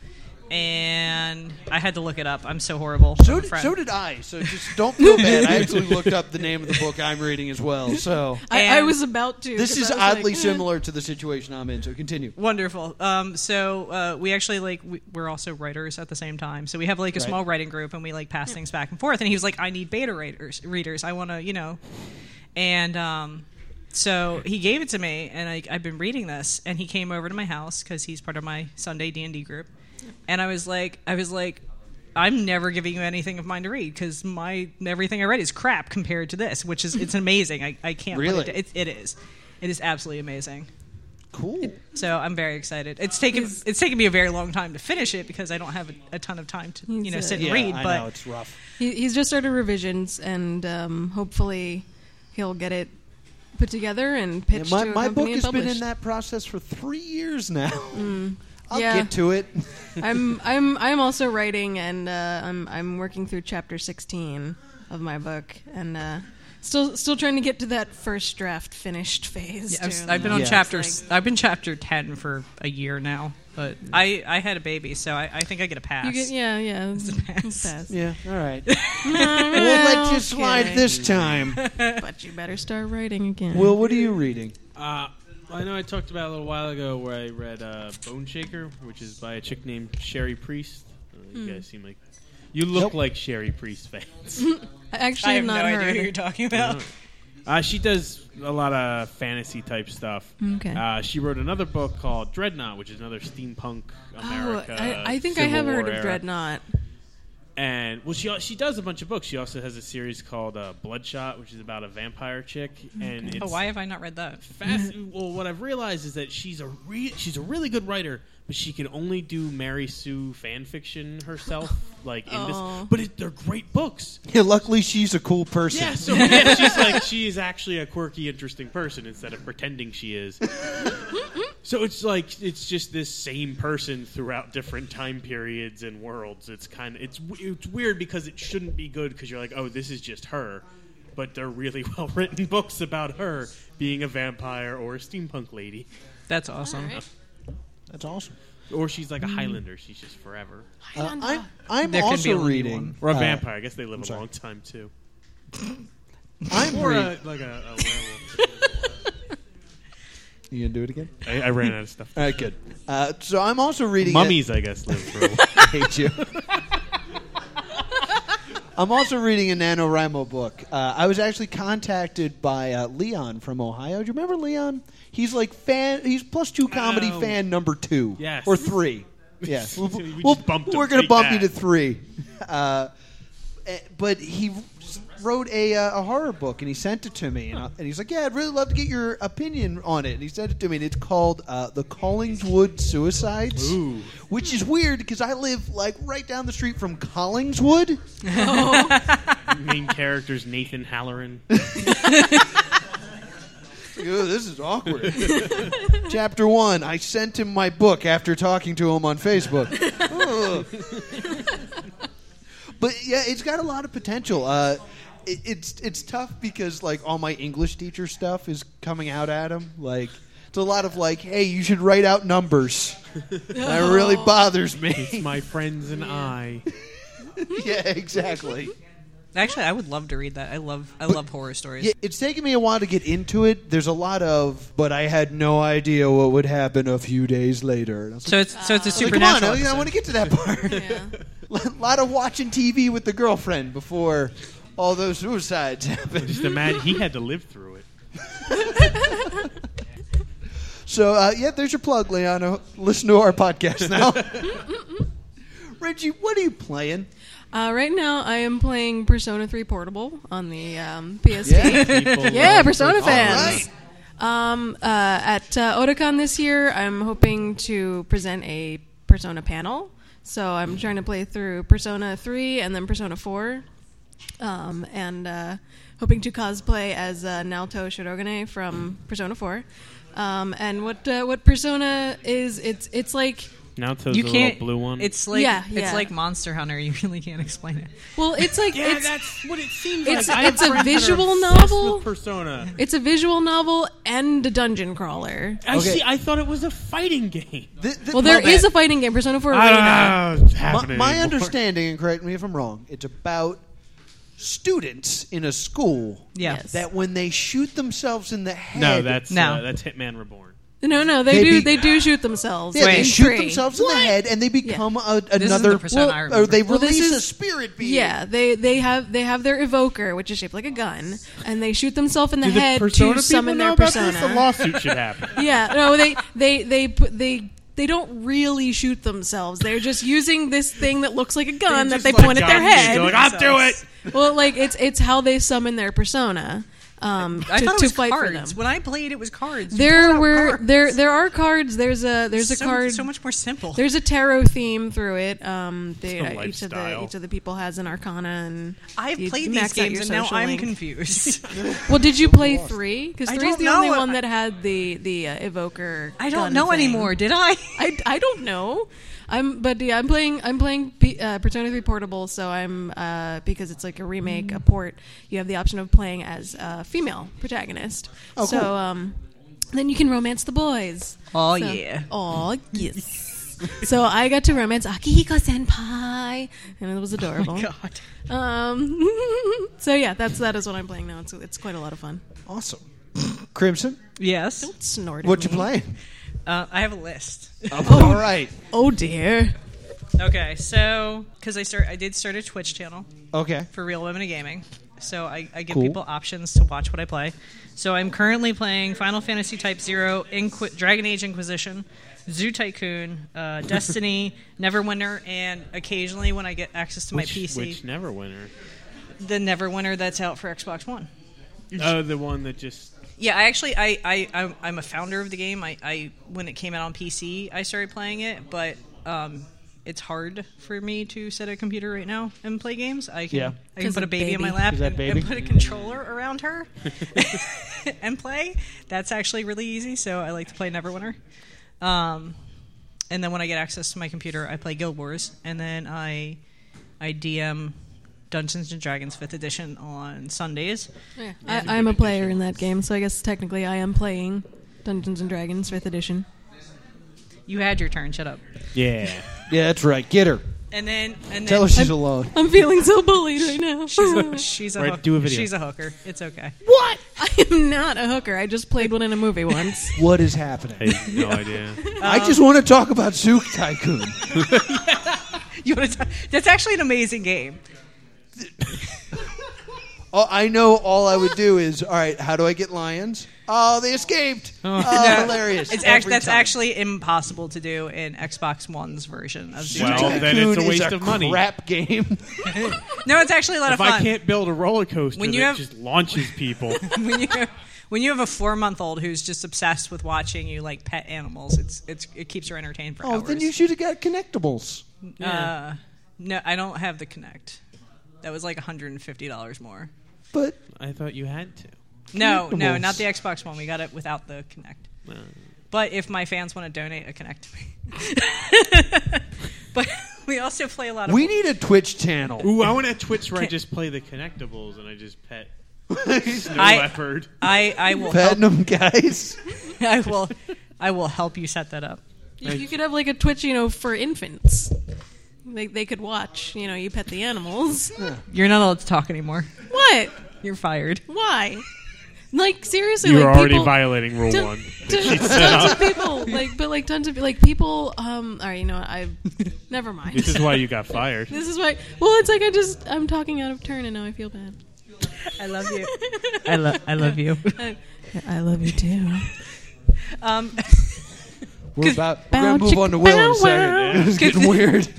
Speaker 6: And I had to look it up. I'm so horrible.
Speaker 3: So
Speaker 6: I'm
Speaker 3: did,
Speaker 6: friend.
Speaker 3: so did I. So just don't feel bad. I actually looked up the name of the book I'm reading as well.
Speaker 4: <laughs>
Speaker 3: So
Speaker 4: I, I
Speaker 6: And-
Speaker 4: was about to.
Speaker 3: this
Speaker 4: 'cause
Speaker 3: is
Speaker 4: I was like,
Speaker 3: oddly
Speaker 4: eh.
Speaker 3: similar to the situation I'm in. So continue.
Speaker 6: Wonderful. Um, so uh, we actually like we, we're also writers at the same time. So we have like a small writing group, and we like pass things back and forth. And he was like, "I need beta writers, readers. I want to, you know." And um, so he gave it to me, and I, I've been reading this. And he came over to my house because he's part of my Sunday D and D group. And I was like, I was like, I'm never giving you anything of mine to read because my everything I read is crap compared to this, which is it's amazing. I, I can't put
Speaker 3: Really?
Speaker 6: it, it. It is, it is absolutely amazing.
Speaker 3: Cool.
Speaker 6: So I'm very excited. It's taken it's taken me a very long time to finish it because I don't have a, a ton of time to you
Speaker 4: He's,
Speaker 6: know
Speaker 4: uh,
Speaker 6: sit and
Speaker 3: Yeah,
Speaker 6: read.
Speaker 3: I
Speaker 6: but
Speaker 3: know it's rough.
Speaker 4: He, he's just started revisions, and um, hopefully, he'll get it put together and
Speaker 3: Yeah,
Speaker 4: pitched
Speaker 3: my
Speaker 4: to a
Speaker 3: my book
Speaker 4: company and
Speaker 3: has been in
Speaker 4: published. Mm.
Speaker 3: that process for three years now. <laughs> I'll
Speaker 4: Yeah.
Speaker 3: get to it. <laughs>
Speaker 4: I'm I'm I'm also writing, and uh, I'm I'm working through chapter 16 of my book, and uh, still still trying to get to that first draft finished phase.
Speaker 6: Yeah, I've,
Speaker 4: too.
Speaker 6: s- I've been on
Speaker 3: Yeah.
Speaker 6: chapter
Speaker 4: It's
Speaker 6: s I've been chapter ten for a year now, but I, I had a baby, so I, I think I get a pass.
Speaker 4: You get, yeah, yeah. It's
Speaker 6: pass.
Speaker 4: pass.
Speaker 3: yeah. All right. we'll let you slide
Speaker 4: okay.
Speaker 3: this <laughs> time.
Speaker 4: But you better start writing again.
Speaker 3: Will, what are you reading?
Speaker 5: Uh, I know I talked about it a little while ago where I read uh, Bone Shaker, which is by a chick named Sherry Priest. I don't know,
Speaker 6: Hmm.
Speaker 5: you guys seem like you look
Speaker 3: Nope.
Speaker 5: like Sherry Priest
Speaker 6: <laughs>
Speaker 5: fans.
Speaker 4: I actually
Speaker 6: I have no
Speaker 4: not
Speaker 6: idea
Speaker 4: heard.
Speaker 6: who you're talking about.
Speaker 5: uh, she does a lot of fantasy type stuff.
Speaker 4: Okay.
Speaker 5: Uh, she wrote another book called Dreadnought, which is another steampunk America.
Speaker 4: oh, I, I think I
Speaker 5: Civil
Speaker 4: have
Speaker 5: War
Speaker 4: heard
Speaker 5: era.
Speaker 4: of Dreadnought.
Speaker 5: And well, she al- she does a bunch of books. She also has a series called uh, Bloodshot, which is about a vampire chick, and it's
Speaker 6: Oh, why have I not read that?
Speaker 5: fast. Well, what I've realized is that she's a re- she's a really good writer, but she can only do Mary Sue fan fiction herself. Like, in
Speaker 4: Oh.
Speaker 5: this, but it, they're great books.
Speaker 3: Yeah, luckily she's a cool person. <laughs>
Speaker 5: Yeah, so yeah, she's like she is actually a quirky, interesting person instead of pretending she is. so it's like it's just this same person throughout different time periods and worlds. It's kind of it's w- it's weird because it shouldn't be good because you're like, oh, this is just her, but they're really <laughs> well written books about her being a vampire or a steampunk lady,
Speaker 6: That's awesome.
Speaker 4: Alright.
Speaker 3: That's awesome.
Speaker 5: or she's like a Highlander. She's just forever
Speaker 3: Uh, I'm,
Speaker 4: Ah.
Speaker 3: I'm
Speaker 6: There could be
Speaker 3: also
Speaker 6: only
Speaker 3: reading.
Speaker 6: one.
Speaker 5: or a
Speaker 3: uh,
Speaker 5: vampire. I guess they live a
Speaker 3: sorry.
Speaker 5: long time too,
Speaker 3: I'm
Speaker 5: or
Speaker 3: reading.
Speaker 5: a, like a, a werewolf.
Speaker 3: You gonna do it again?
Speaker 5: I, I ran out of <laughs> stuff.
Speaker 3: All right, good. Uh, so I'm also reading.
Speaker 5: Mummies, I guess, live for a while.
Speaker 3: <laughs> I hate you. I'm also reading a NaNoWriMo book. Uh, I was actually contacted by uh, Leon from Ohio. Do you remember Leon? He's like fan. He's plus two comedy
Speaker 5: Oh.
Speaker 3: fan number two.
Speaker 5: Yes.
Speaker 3: Or three. Yes.
Speaker 5: We just bumped him
Speaker 3: are going to
Speaker 5: right
Speaker 3: bump
Speaker 5: back.
Speaker 3: you to three. Uh, eh, but he wrote a, uh, a horror book and he sent it to me. And, I, and he's like, Yeah, I'd really love to get your opinion on it. And he sent it to me. And it's called uh, The Collingswood Suicides,
Speaker 5: Ooh.
Speaker 3: which is weird because I live like right down the street from Collingswood.
Speaker 5: main character's Nathan <laughs> Halloran.
Speaker 3: Ew, this is awkward. Chapter one. I sent him my book after talking to him on Facebook. Ugh. but yeah, it's got a lot of potential. Uh, it, it's it's tough because like all my English teacher stuff is coming out at him. Like it's a lot of like, hey, you should write out numbers. That really bothers
Speaker 5: <laughs> It's
Speaker 3: me.
Speaker 5: my friends and I.
Speaker 3: yeah, exactly.
Speaker 6: Actually, I would love to read that. I love I love horror stories.
Speaker 3: Yeah, it's taken me a while to get into it. There's a lot of, but I had no idea what would happen a few days later. And I was
Speaker 6: So it's so it's a
Speaker 3: uh, like, come on,
Speaker 6: supernatural.
Speaker 3: I, want to get to that part.
Speaker 4: Yeah.
Speaker 3: <laughs> A lot of watching TV with the girlfriend before all those suicides happened.
Speaker 5: Just imagine he had to live <laughs> through it.
Speaker 3: So uh, yeah, there's your plug, Leona. Listen to our podcast
Speaker 5: <laughs>
Speaker 3: now. Reggie, what are you playing?
Speaker 4: Uh, right now, I am playing Persona 3 Portable on the um, PSP.
Speaker 5: People uh,
Speaker 4: Yeah,
Speaker 5: love
Speaker 4: Persona
Speaker 3: right.
Speaker 4: fans. Um, uh, at uh, Otakon this year, I'm hoping to present a Persona panel. So
Speaker 5: Mm.
Speaker 4: I'm trying to play through Persona 3 and then Persona 4. Um, and uh, hoping to cosplay as uh, Naoto Shirogane from
Speaker 5: Mm.
Speaker 4: Persona 4. Um, and what uh, what Persona is, it's it's like
Speaker 5: Now it's those
Speaker 6: you
Speaker 5: little
Speaker 6: can't.
Speaker 5: blue one.
Speaker 6: It's like
Speaker 4: Yeah, yeah.
Speaker 6: it's like Monster Hunter. <laughs> You really can't explain it.
Speaker 4: well, it's like
Speaker 5: yeah,
Speaker 4: it's
Speaker 5: that's what it seems
Speaker 4: it's-
Speaker 5: like. I have
Speaker 4: it's a
Speaker 5: friends that are
Speaker 4: visual
Speaker 5: obsessed with
Speaker 4: novel.
Speaker 5: persona.
Speaker 4: it's a visual novel and a dungeon crawler.
Speaker 5: I
Speaker 3: Okay.
Speaker 5: see. I thought it was a fighting game.
Speaker 3: Th- th-
Speaker 4: Well, there
Speaker 3: my
Speaker 4: is a
Speaker 3: bad.
Speaker 4: fighting game, Persona 4 Arena.
Speaker 5: I don't know what's
Speaker 3: my,
Speaker 5: happening
Speaker 3: my
Speaker 5: anymore.
Speaker 3: understanding, and correct me if I'm wrong. It's about students in a school
Speaker 6: Yeah.
Speaker 4: Yes.
Speaker 3: that when they shoot themselves in the head,
Speaker 5: No, that's
Speaker 6: No.
Speaker 5: uh, that's Hitman Reborn.
Speaker 4: No, no, they
Speaker 3: They
Speaker 4: do.
Speaker 3: be-
Speaker 4: they do shoot themselves.
Speaker 3: yeah, they
Speaker 4: in
Speaker 3: shoot
Speaker 4: three.
Speaker 3: themselves in the head and they become a,
Speaker 6: the
Speaker 3: another
Speaker 6: persona I
Speaker 3: or they
Speaker 6: remember.
Speaker 4: Well, this
Speaker 3: release a
Speaker 4: is-
Speaker 3: spirit being.
Speaker 4: Yeah, they they have they have their evoker, which is shaped like a gun, and they shoot themselves in the
Speaker 5: Do the
Speaker 4: head
Speaker 5: persona
Speaker 4: to
Speaker 5: people
Speaker 4: summon
Speaker 5: know
Speaker 4: their
Speaker 5: about
Speaker 4: persona.
Speaker 5: This? A lawsuit <laughs> should happen.
Speaker 4: yeah, no, they they they put they. They don't really shoot themselves. They're just using this thing that looks like a gun that they point at their head.
Speaker 5: They're like, I'll do it.
Speaker 4: Well, like it's it's how they summon their persona um,
Speaker 6: I
Speaker 4: to,
Speaker 6: thought it
Speaker 4: to
Speaker 6: was
Speaker 4: fight for them.
Speaker 6: cards. When I played, it was cards. You pulled
Speaker 4: There
Speaker 6: out
Speaker 4: were
Speaker 6: cards.
Speaker 4: there there are cards. There's a there's a
Speaker 6: so,
Speaker 4: card.
Speaker 6: so much more simple.
Speaker 4: There's a tarot theme through it. Um, they,
Speaker 5: It's a
Speaker 4: uh, each of the
Speaker 5: lifestyle.
Speaker 4: each of the people has an arcana, and
Speaker 6: I've
Speaker 4: you
Speaker 6: played these
Speaker 4: max out
Speaker 6: games
Speaker 4: your
Speaker 6: and now
Speaker 4: social
Speaker 6: I'm
Speaker 4: link.
Speaker 6: confused. <laughs>
Speaker 4: Well, did you play three? Because
Speaker 6: I
Speaker 4: three is
Speaker 6: don't
Speaker 4: the only
Speaker 6: know.
Speaker 4: one that had the the uh, evoker.
Speaker 6: I
Speaker 4: gun
Speaker 6: don't know
Speaker 4: thing.
Speaker 6: anymore. Did I?
Speaker 4: <laughs> I, I don't know. I'm but yeah, I'm playing I'm playing P, uh, Persona 3 Portable, so I'm uh, because it's like a remake, a port. You have the option of playing as a female protagonist.
Speaker 3: Oh,
Speaker 4: so
Speaker 3: cool.
Speaker 4: um, then you can romance the boys.
Speaker 6: Oh, yeah.
Speaker 4: Oh yes. so I got to romance Akihiko Senpai, and it was adorable.
Speaker 6: Oh, God.
Speaker 4: um, <laughs> so yeah, that's that is what I'm playing now. It's it's quite a lot of fun.
Speaker 3: awesome. Crimson,
Speaker 6: Yes.
Speaker 4: Snorting.
Speaker 3: what you <laughs> playing?
Speaker 6: Uh, I have a list.
Speaker 3: All right,
Speaker 4: Oh dear.
Speaker 6: Okay, so because I start, I did start a Twitch channel
Speaker 3: okay.
Speaker 6: for Real Women in Gaming. So I, I give
Speaker 3: Cool.
Speaker 6: people options to watch what I play. So I'm currently playing Final Fantasy Type Zero, Inqui- Dragon Age Inquisition, Zoo Tycoon, uh, Destiny, Neverwinter, and occasionally when I get access to my PC,
Speaker 5: Which never winner.
Speaker 6: the Neverwinter that's out for Xbox One.
Speaker 5: Oh, the one that just
Speaker 6: Yeah, I actually I, I I'm- I'm a founder of the game. I, I when it came out on PC, I started playing it, but um, it's hard for me to set a computer right now and play games. I can
Speaker 3: Yeah.
Speaker 6: I can
Speaker 4: 'Cause
Speaker 6: put a
Speaker 4: of
Speaker 6: baby, in my
Speaker 4: baby.
Speaker 6: lap
Speaker 3: Is
Speaker 6: and,
Speaker 3: that baby?
Speaker 6: and put a controller around her <laughs> and play. That's actually really easy. So I like to play Neverwinter. Um, and then when I get access to my computer, I play Guild Wars, and then I I DM Dungeons and Dragons Fifth Edition on Sundays.
Speaker 4: I, I'm a player in that game, so I guess technically I am playing Dungeons and Dragons Fifth Edition.
Speaker 6: You had your turn. Shut up.
Speaker 5: yeah. <laughs>
Speaker 3: Yeah, that's right. Get her.
Speaker 6: And then and then
Speaker 3: Tell her she's alone.
Speaker 4: I'm feeling so bullied right now. <laughs>
Speaker 6: She's a
Speaker 5: Right,
Speaker 6: hook-
Speaker 5: do a video.
Speaker 6: She's a hooker. It's okay. <laughs>
Speaker 4: I am not a hooker. I just played one in a movie
Speaker 6: <laughs>
Speaker 4: once.
Speaker 3: What is happening?
Speaker 5: I have no idea.
Speaker 3: I just want to talk about Zook Tycoon. <laughs>
Speaker 6: You wanna t- that's actually an amazing game.
Speaker 3: oh, I know all I would do is, all right, how do I get lions? Oh, they
Speaker 5: <laughs>
Speaker 3: escaped. Oh, hilarious.
Speaker 6: It's act-
Speaker 3: Every
Speaker 6: that's
Speaker 3: time.
Speaker 6: actually impossible to do in Xbox One's version of Zoo
Speaker 5: Wow.
Speaker 6: Tycoon.
Speaker 5: Well, then it's a
Speaker 3: Tycoon is
Speaker 5: waste of money.
Speaker 3: crap
Speaker 5: <laughs>
Speaker 3: game.
Speaker 6: No, it's actually a lot
Speaker 5: if
Speaker 6: of fun.
Speaker 5: I can't build a roller coaster
Speaker 6: When you
Speaker 5: that
Speaker 6: have-
Speaker 5: just launches people,
Speaker 6: <laughs> when you when you have a four month old who's just obsessed with watching you like pet animals, it's it's it keeps her entertained for
Speaker 3: oh,
Speaker 6: hours.
Speaker 3: then you should have got connectables.
Speaker 6: uh, no, I don't have the Connect. That was like one hundred and fifty dollars more.
Speaker 3: But
Speaker 5: <laughs> I thought you had to.
Speaker 6: No, no,
Speaker 3: Connectables.
Speaker 6: not the Xbox One. We got it without the Connect.
Speaker 4: Uh. <laughs>
Speaker 6: But if my fans want to donate a Connect to me, but we also play a lot of.
Speaker 3: We need a Twitch channel.
Speaker 5: Ooh, I want a Twitch where I just play the connectables and I just pet
Speaker 3: <laughs>
Speaker 5: Snow
Speaker 6: I- <laughs>
Speaker 5: Leopard.
Speaker 6: I I will help,
Speaker 3: Petting them, guys.
Speaker 6: <laughs> I will I will help you set that up.
Speaker 4: You, you could have like a Twitch, you know, for infants. They, they could watch. You know, you pet the animals.
Speaker 6: You're not allowed to talk anymore.
Speaker 4: What?
Speaker 6: You're fired.
Speaker 4: Why? Like seriously,
Speaker 5: You're
Speaker 4: like,
Speaker 5: already
Speaker 4: people,
Speaker 5: violating Rule
Speaker 4: Ton-
Speaker 5: 1. <laughs>
Speaker 4: ton- tons of people, like, but like tons of like people. Um, all right, you know, what, I never
Speaker 3: <laughs>
Speaker 4: mind.
Speaker 5: This is why you got fired.
Speaker 4: This is why. Well, it's like I just I'm talking out of turn, and now I feel bad.
Speaker 6: I love
Speaker 4: <laughs>
Speaker 6: you. I love I love you.
Speaker 4: I love you too.
Speaker 6: Um, <laughs>
Speaker 3: We're about we're
Speaker 4: Bow
Speaker 3: gonna move
Speaker 4: chicka
Speaker 3: on to Will in a
Speaker 4: bow
Speaker 3: second. <laughs>
Speaker 4: wow.
Speaker 3: This is getting weird.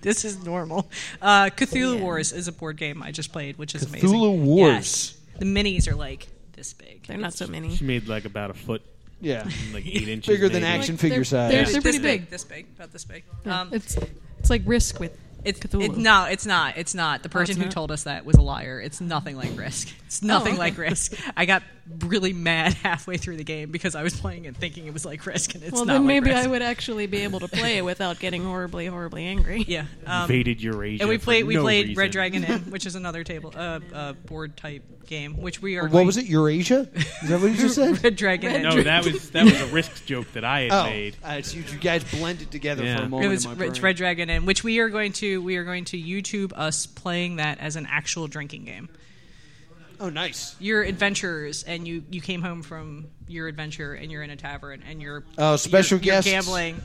Speaker 6: this is normal. Uh, Cthulhu Wars is a board game I just played, which is amazing.
Speaker 3: Cthulhu Wars.
Speaker 6: Yes. The minis are like this big.
Speaker 4: They're not so many.
Speaker 5: She made like about a foot,
Speaker 3: Yeah,
Speaker 5: like
Speaker 6: <laughs>
Speaker 5: 8 inches.
Speaker 3: bigger than
Speaker 5: maybe.
Speaker 3: action
Speaker 4: Like, they're-
Speaker 3: figure size.
Speaker 4: they're-
Speaker 6: This
Speaker 4: pretty big.
Speaker 6: This big, about this big.
Speaker 4: Yeah,
Speaker 6: Um,
Speaker 4: it's it's like risk with
Speaker 6: It's
Speaker 4: Cthulhu.
Speaker 6: It, no, it's not. It's not. The person
Speaker 4: it's
Speaker 6: who
Speaker 4: not?
Speaker 6: told us that was a liar. It's nothing like Risk. It's nothing
Speaker 4: okay. <laughs>
Speaker 6: like Risk. I got really mad <laughs> halfway through the game because I was playing it thinking it was like Risk, and it's
Speaker 4: well,
Speaker 6: not.
Speaker 4: then
Speaker 6: like
Speaker 4: maybe I
Speaker 6: Risk.
Speaker 4: would actually be able to play it without getting horribly, horribly angry. <laughs>
Speaker 6: Yeah. Um,
Speaker 5: Invaded Eurasia.
Speaker 6: and we
Speaker 5: for
Speaker 6: played. We
Speaker 5: no
Speaker 6: played
Speaker 5: reason.
Speaker 6: Red
Speaker 3: <laughs>
Speaker 6: Dragon Inn, which is another table, uh, uh, board type game, which we
Speaker 3: <laughs>
Speaker 6: are.
Speaker 3: What
Speaker 6: going-
Speaker 3: was it? Eurasia? Is that what you just said?
Speaker 6: <laughs> Red Dragon
Speaker 4: Red
Speaker 6: Inn.
Speaker 5: <laughs> No, that was that was a risk joke that I had
Speaker 3: Oh,
Speaker 5: made.
Speaker 3: uh, it's you, you guys blended together
Speaker 5: Yeah.
Speaker 3: for a
Speaker 5: It
Speaker 3: moment.
Speaker 6: It was
Speaker 3: in my
Speaker 6: it's
Speaker 3: brain.
Speaker 6: Red Dragon Inn, which we are going to we are going to YouTube us playing that as an actual drinking game.
Speaker 3: Oh, nice.
Speaker 6: your adventures and you you came home from your adventure and you're in a tavern and you're
Speaker 3: Oh, special
Speaker 6: you're, you're
Speaker 3: guests.
Speaker 6: gambling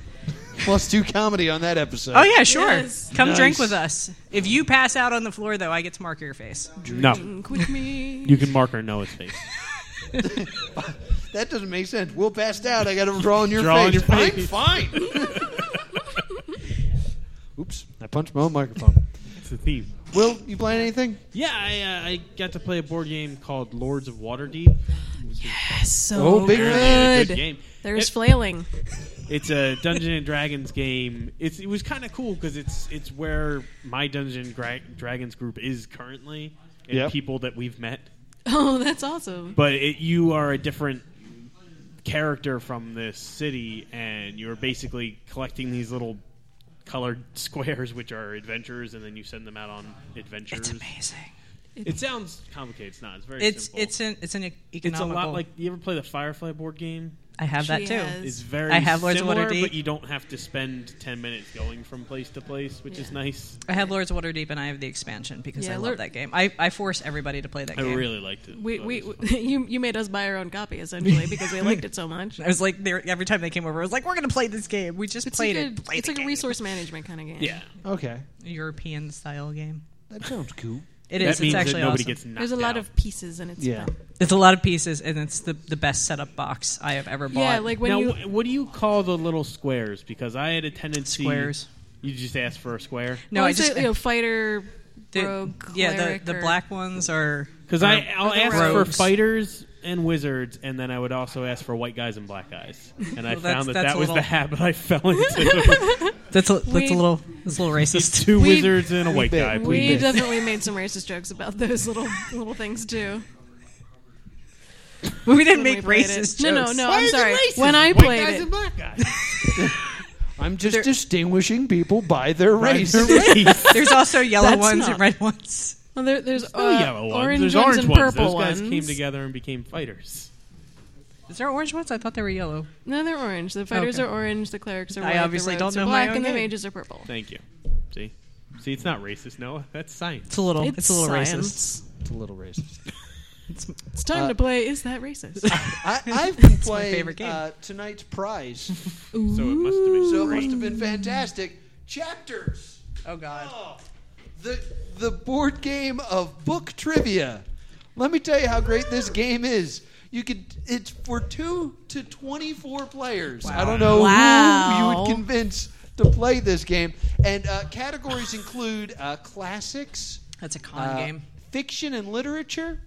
Speaker 3: Plus two comedy on that episode.
Speaker 6: oh yeah sure
Speaker 4: Yes.
Speaker 6: come
Speaker 3: Nice.
Speaker 6: drink with us if you pass out on the floor though i get to mark your face
Speaker 5: No,
Speaker 4: Drink with me.
Speaker 5: you can mark our Noah's face.
Speaker 3: That doesn't make sense. Will passed out. I got to draw on your
Speaker 5: Draw on
Speaker 3: face.
Speaker 5: your face.
Speaker 3: I'm fine. Oops, I punched my own microphone.
Speaker 5: It's the theme.
Speaker 3: Will, you playing anything?
Speaker 5: Yeah, I, uh, I got to play a board game called Lords of Waterdeep.
Speaker 4: That's so
Speaker 3: Oh, big man.
Speaker 4: good.
Speaker 5: Good game.
Speaker 4: There's
Speaker 5: It-
Speaker 4: flailing.
Speaker 5: It's a Dungeon and Dragons game. It's, it was kind of cool because it's it's where my Dungeon and Gra- Dragons group is currently, and
Speaker 3: Yep.
Speaker 5: people that we've met.
Speaker 4: <laughs> Oh, that's awesome.
Speaker 5: But it, you are a different character from this city, and you're basically collecting these little colored <laughs> squares, which are adventures, and then you send them out on adventures.
Speaker 6: it's amazing
Speaker 5: It sounds complicated. It's not. It's very
Speaker 6: it's
Speaker 5: simple.
Speaker 6: it's an it's an e-,
Speaker 5: it's a
Speaker 6: economical
Speaker 5: lot like you ever play the Firefly board game.
Speaker 6: i have that
Speaker 4: She
Speaker 6: too
Speaker 4: has-
Speaker 5: It's very
Speaker 6: I have Lords of
Speaker 5: similar,
Speaker 6: Waterdeep.
Speaker 5: but you don't have to spend ten minutes going from place to place, which is
Speaker 4: Yeah.
Speaker 5: nice.
Speaker 6: i have lords of waterdeep and i have the expansion because
Speaker 4: Yeah,
Speaker 6: i
Speaker 4: Lord-
Speaker 6: love that game i i force everybody to play that
Speaker 5: I
Speaker 6: game
Speaker 5: really liked it.
Speaker 4: We,
Speaker 5: Thought it
Speaker 4: we,
Speaker 5: was fun.
Speaker 4: <laughs> you, you made us buy our own copy essentially because we liked it so much.
Speaker 6: <laughs> I was like, they were- every time they came over, I was like, "We're going to play this game. We just
Speaker 4: It's
Speaker 6: played
Speaker 4: like a,
Speaker 6: it. Play
Speaker 4: it's
Speaker 6: the
Speaker 4: like a
Speaker 6: game."
Speaker 4: resource management kind of game.
Speaker 5: yeah,
Speaker 3: Okay,
Speaker 6: European style game.
Speaker 3: that sounds cool.
Speaker 6: It
Speaker 5: that
Speaker 6: is.
Speaker 5: means
Speaker 6: it's actually
Speaker 5: that nobody
Speaker 6: awesome.
Speaker 5: gets knocked
Speaker 4: There's a lot
Speaker 5: out.
Speaker 4: of pieces and it's
Speaker 3: Yeah.
Speaker 4: fun.
Speaker 6: It's a lot of pieces, and it's the the best setup box I have ever bought.
Speaker 4: Yeah, like when
Speaker 5: now,
Speaker 4: you
Speaker 5: wh- what do you call the little squares? Because I had a tendency
Speaker 6: Squares.
Speaker 5: You just asked for a square.
Speaker 6: no,
Speaker 4: Well,
Speaker 6: I
Speaker 4: it's
Speaker 6: just
Speaker 4: a, you know, fighter,
Speaker 6: the-
Speaker 4: rogue,
Speaker 6: yeah,
Speaker 4: cleric,
Speaker 6: the, the
Speaker 4: or-
Speaker 6: black ones are
Speaker 5: Because
Speaker 6: are-
Speaker 5: I I'll ask for
Speaker 6: rogues.
Speaker 5: fighters and wizards, and then I would also ask for white guys and black guys. And I
Speaker 6: <laughs> Well, that's-
Speaker 5: found that
Speaker 6: that's
Speaker 5: that
Speaker 6: a
Speaker 5: was the
Speaker 6: little-
Speaker 5: habit
Speaker 4: <laughs>
Speaker 5: I fell into.
Speaker 6: <laughs>
Speaker 5: <laughs>
Speaker 6: that's a, that's
Speaker 4: We-
Speaker 6: a little that's a little racist.
Speaker 5: Two
Speaker 4: We-
Speaker 5: wizards and a white
Speaker 3: bit.
Speaker 5: guy.
Speaker 3: We
Speaker 4: <laughs>
Speaker 5: please.
Speaker 4: We
Speaker 3: missed.
Speaker 4: definitely made some racist jokes about those little little things
Speaker 6: <laughs>
Speaker 4: too.
Speaker 6: we didn't
Speaker 4: When
Speaker 6: make
Speaker 4: we played it.
Speaker 6: racist jokes.
Speaker 4: No, no, no.
Speaker 5: Why
Speaker 4: I'm
Speaker 5: is it
Speaker 4: sorry.
Speaker 5: racist?
Speaker 4: When I
Speaker 5: white
Speaker 4: played
Speaker 5: guys
Speaker 4: it,
Speaker 5: and black guys.
Speaker 3: I'm just
Speaker 6: There-
Speaker 3: distinguishing people by their race.
Speaker 5: <laughs>
Speaker 4: <laughs>
Speaker 5: Race.
Speaker 6: There's also yellow
Speaker 4: That's
Speaker 6: ones
Speaker 4: not-
Speaker 6: and red ones.
Speaker 4: well, there, there's
Speaker 6: Oh,
Speaker 5: No
Speaker 4: uh,
Speaker 5: yellow Oh, ones.
Speaker 4: orange
Speaker 5: There's
Speaker 4: ones
Speaker 5: orange
Speaker 4: and
Speaker 5: ones.
Speaker 4: purple
Speaker 5: Those guys
Speaker 4: ones.
Speaker 5: came together and became fighters.
Speaker 6: Is there orange ones? I thought they were yellow.
Speaker 4: No, they're orange. The fighters
Speaker 6: Okay.
Speaker 4: are orange. The clerics are
Speaker 6: I
Speaker 4: white.
Speaker 6: obviously
Speaker 4: the
Speaker 6: don't
Speaker 4: rogues
Speaker 6: know
Speaker 4: are
Speaker 6: my
Speaker 4: black,
Speaker 6: own
Speaker 4: and the
Speaker 6: game.
Speaker 4: mages are purple.
Speaker 5: Thank you. See, see, it's not racist, Noah. That's science.
Speaker 6: It's a
Speaker 4: Oh,
Speaker 6: little. It's, a little racist.
Speaker 4: science.
Speaker 3: it's a little racist.
Speaker 4: It's time
Speaker 3: Uh,
Speaker 4: to play. Is that
Speaker 6: <laughs>
Speaker 4: racist?
Speaker 3: I, I've been
Speaker 6: my
Speaker 3: playing
Speaker 6: favorite game.
Speaker 3: Uh, tonight's prize,
Speaker 5: So it must have been.
Speaker 3: so it
Speaker 5: great.
Speaker 3: must have been fantastic. Chapters.
Speaker 6: Oh God.
Speaker 3: the the board game of book trivia. Let me tell you how great this game is. You could it's for two to twenty four players. I don't know who you
Speaker 4: Wow.
Speaker 3: would convince to play this game. And uh, categories include uh, classics,
Speaker 6: That's a con
Speaker 3: uh,
Speaker 6: game.
Speaker 3: fiction and literature,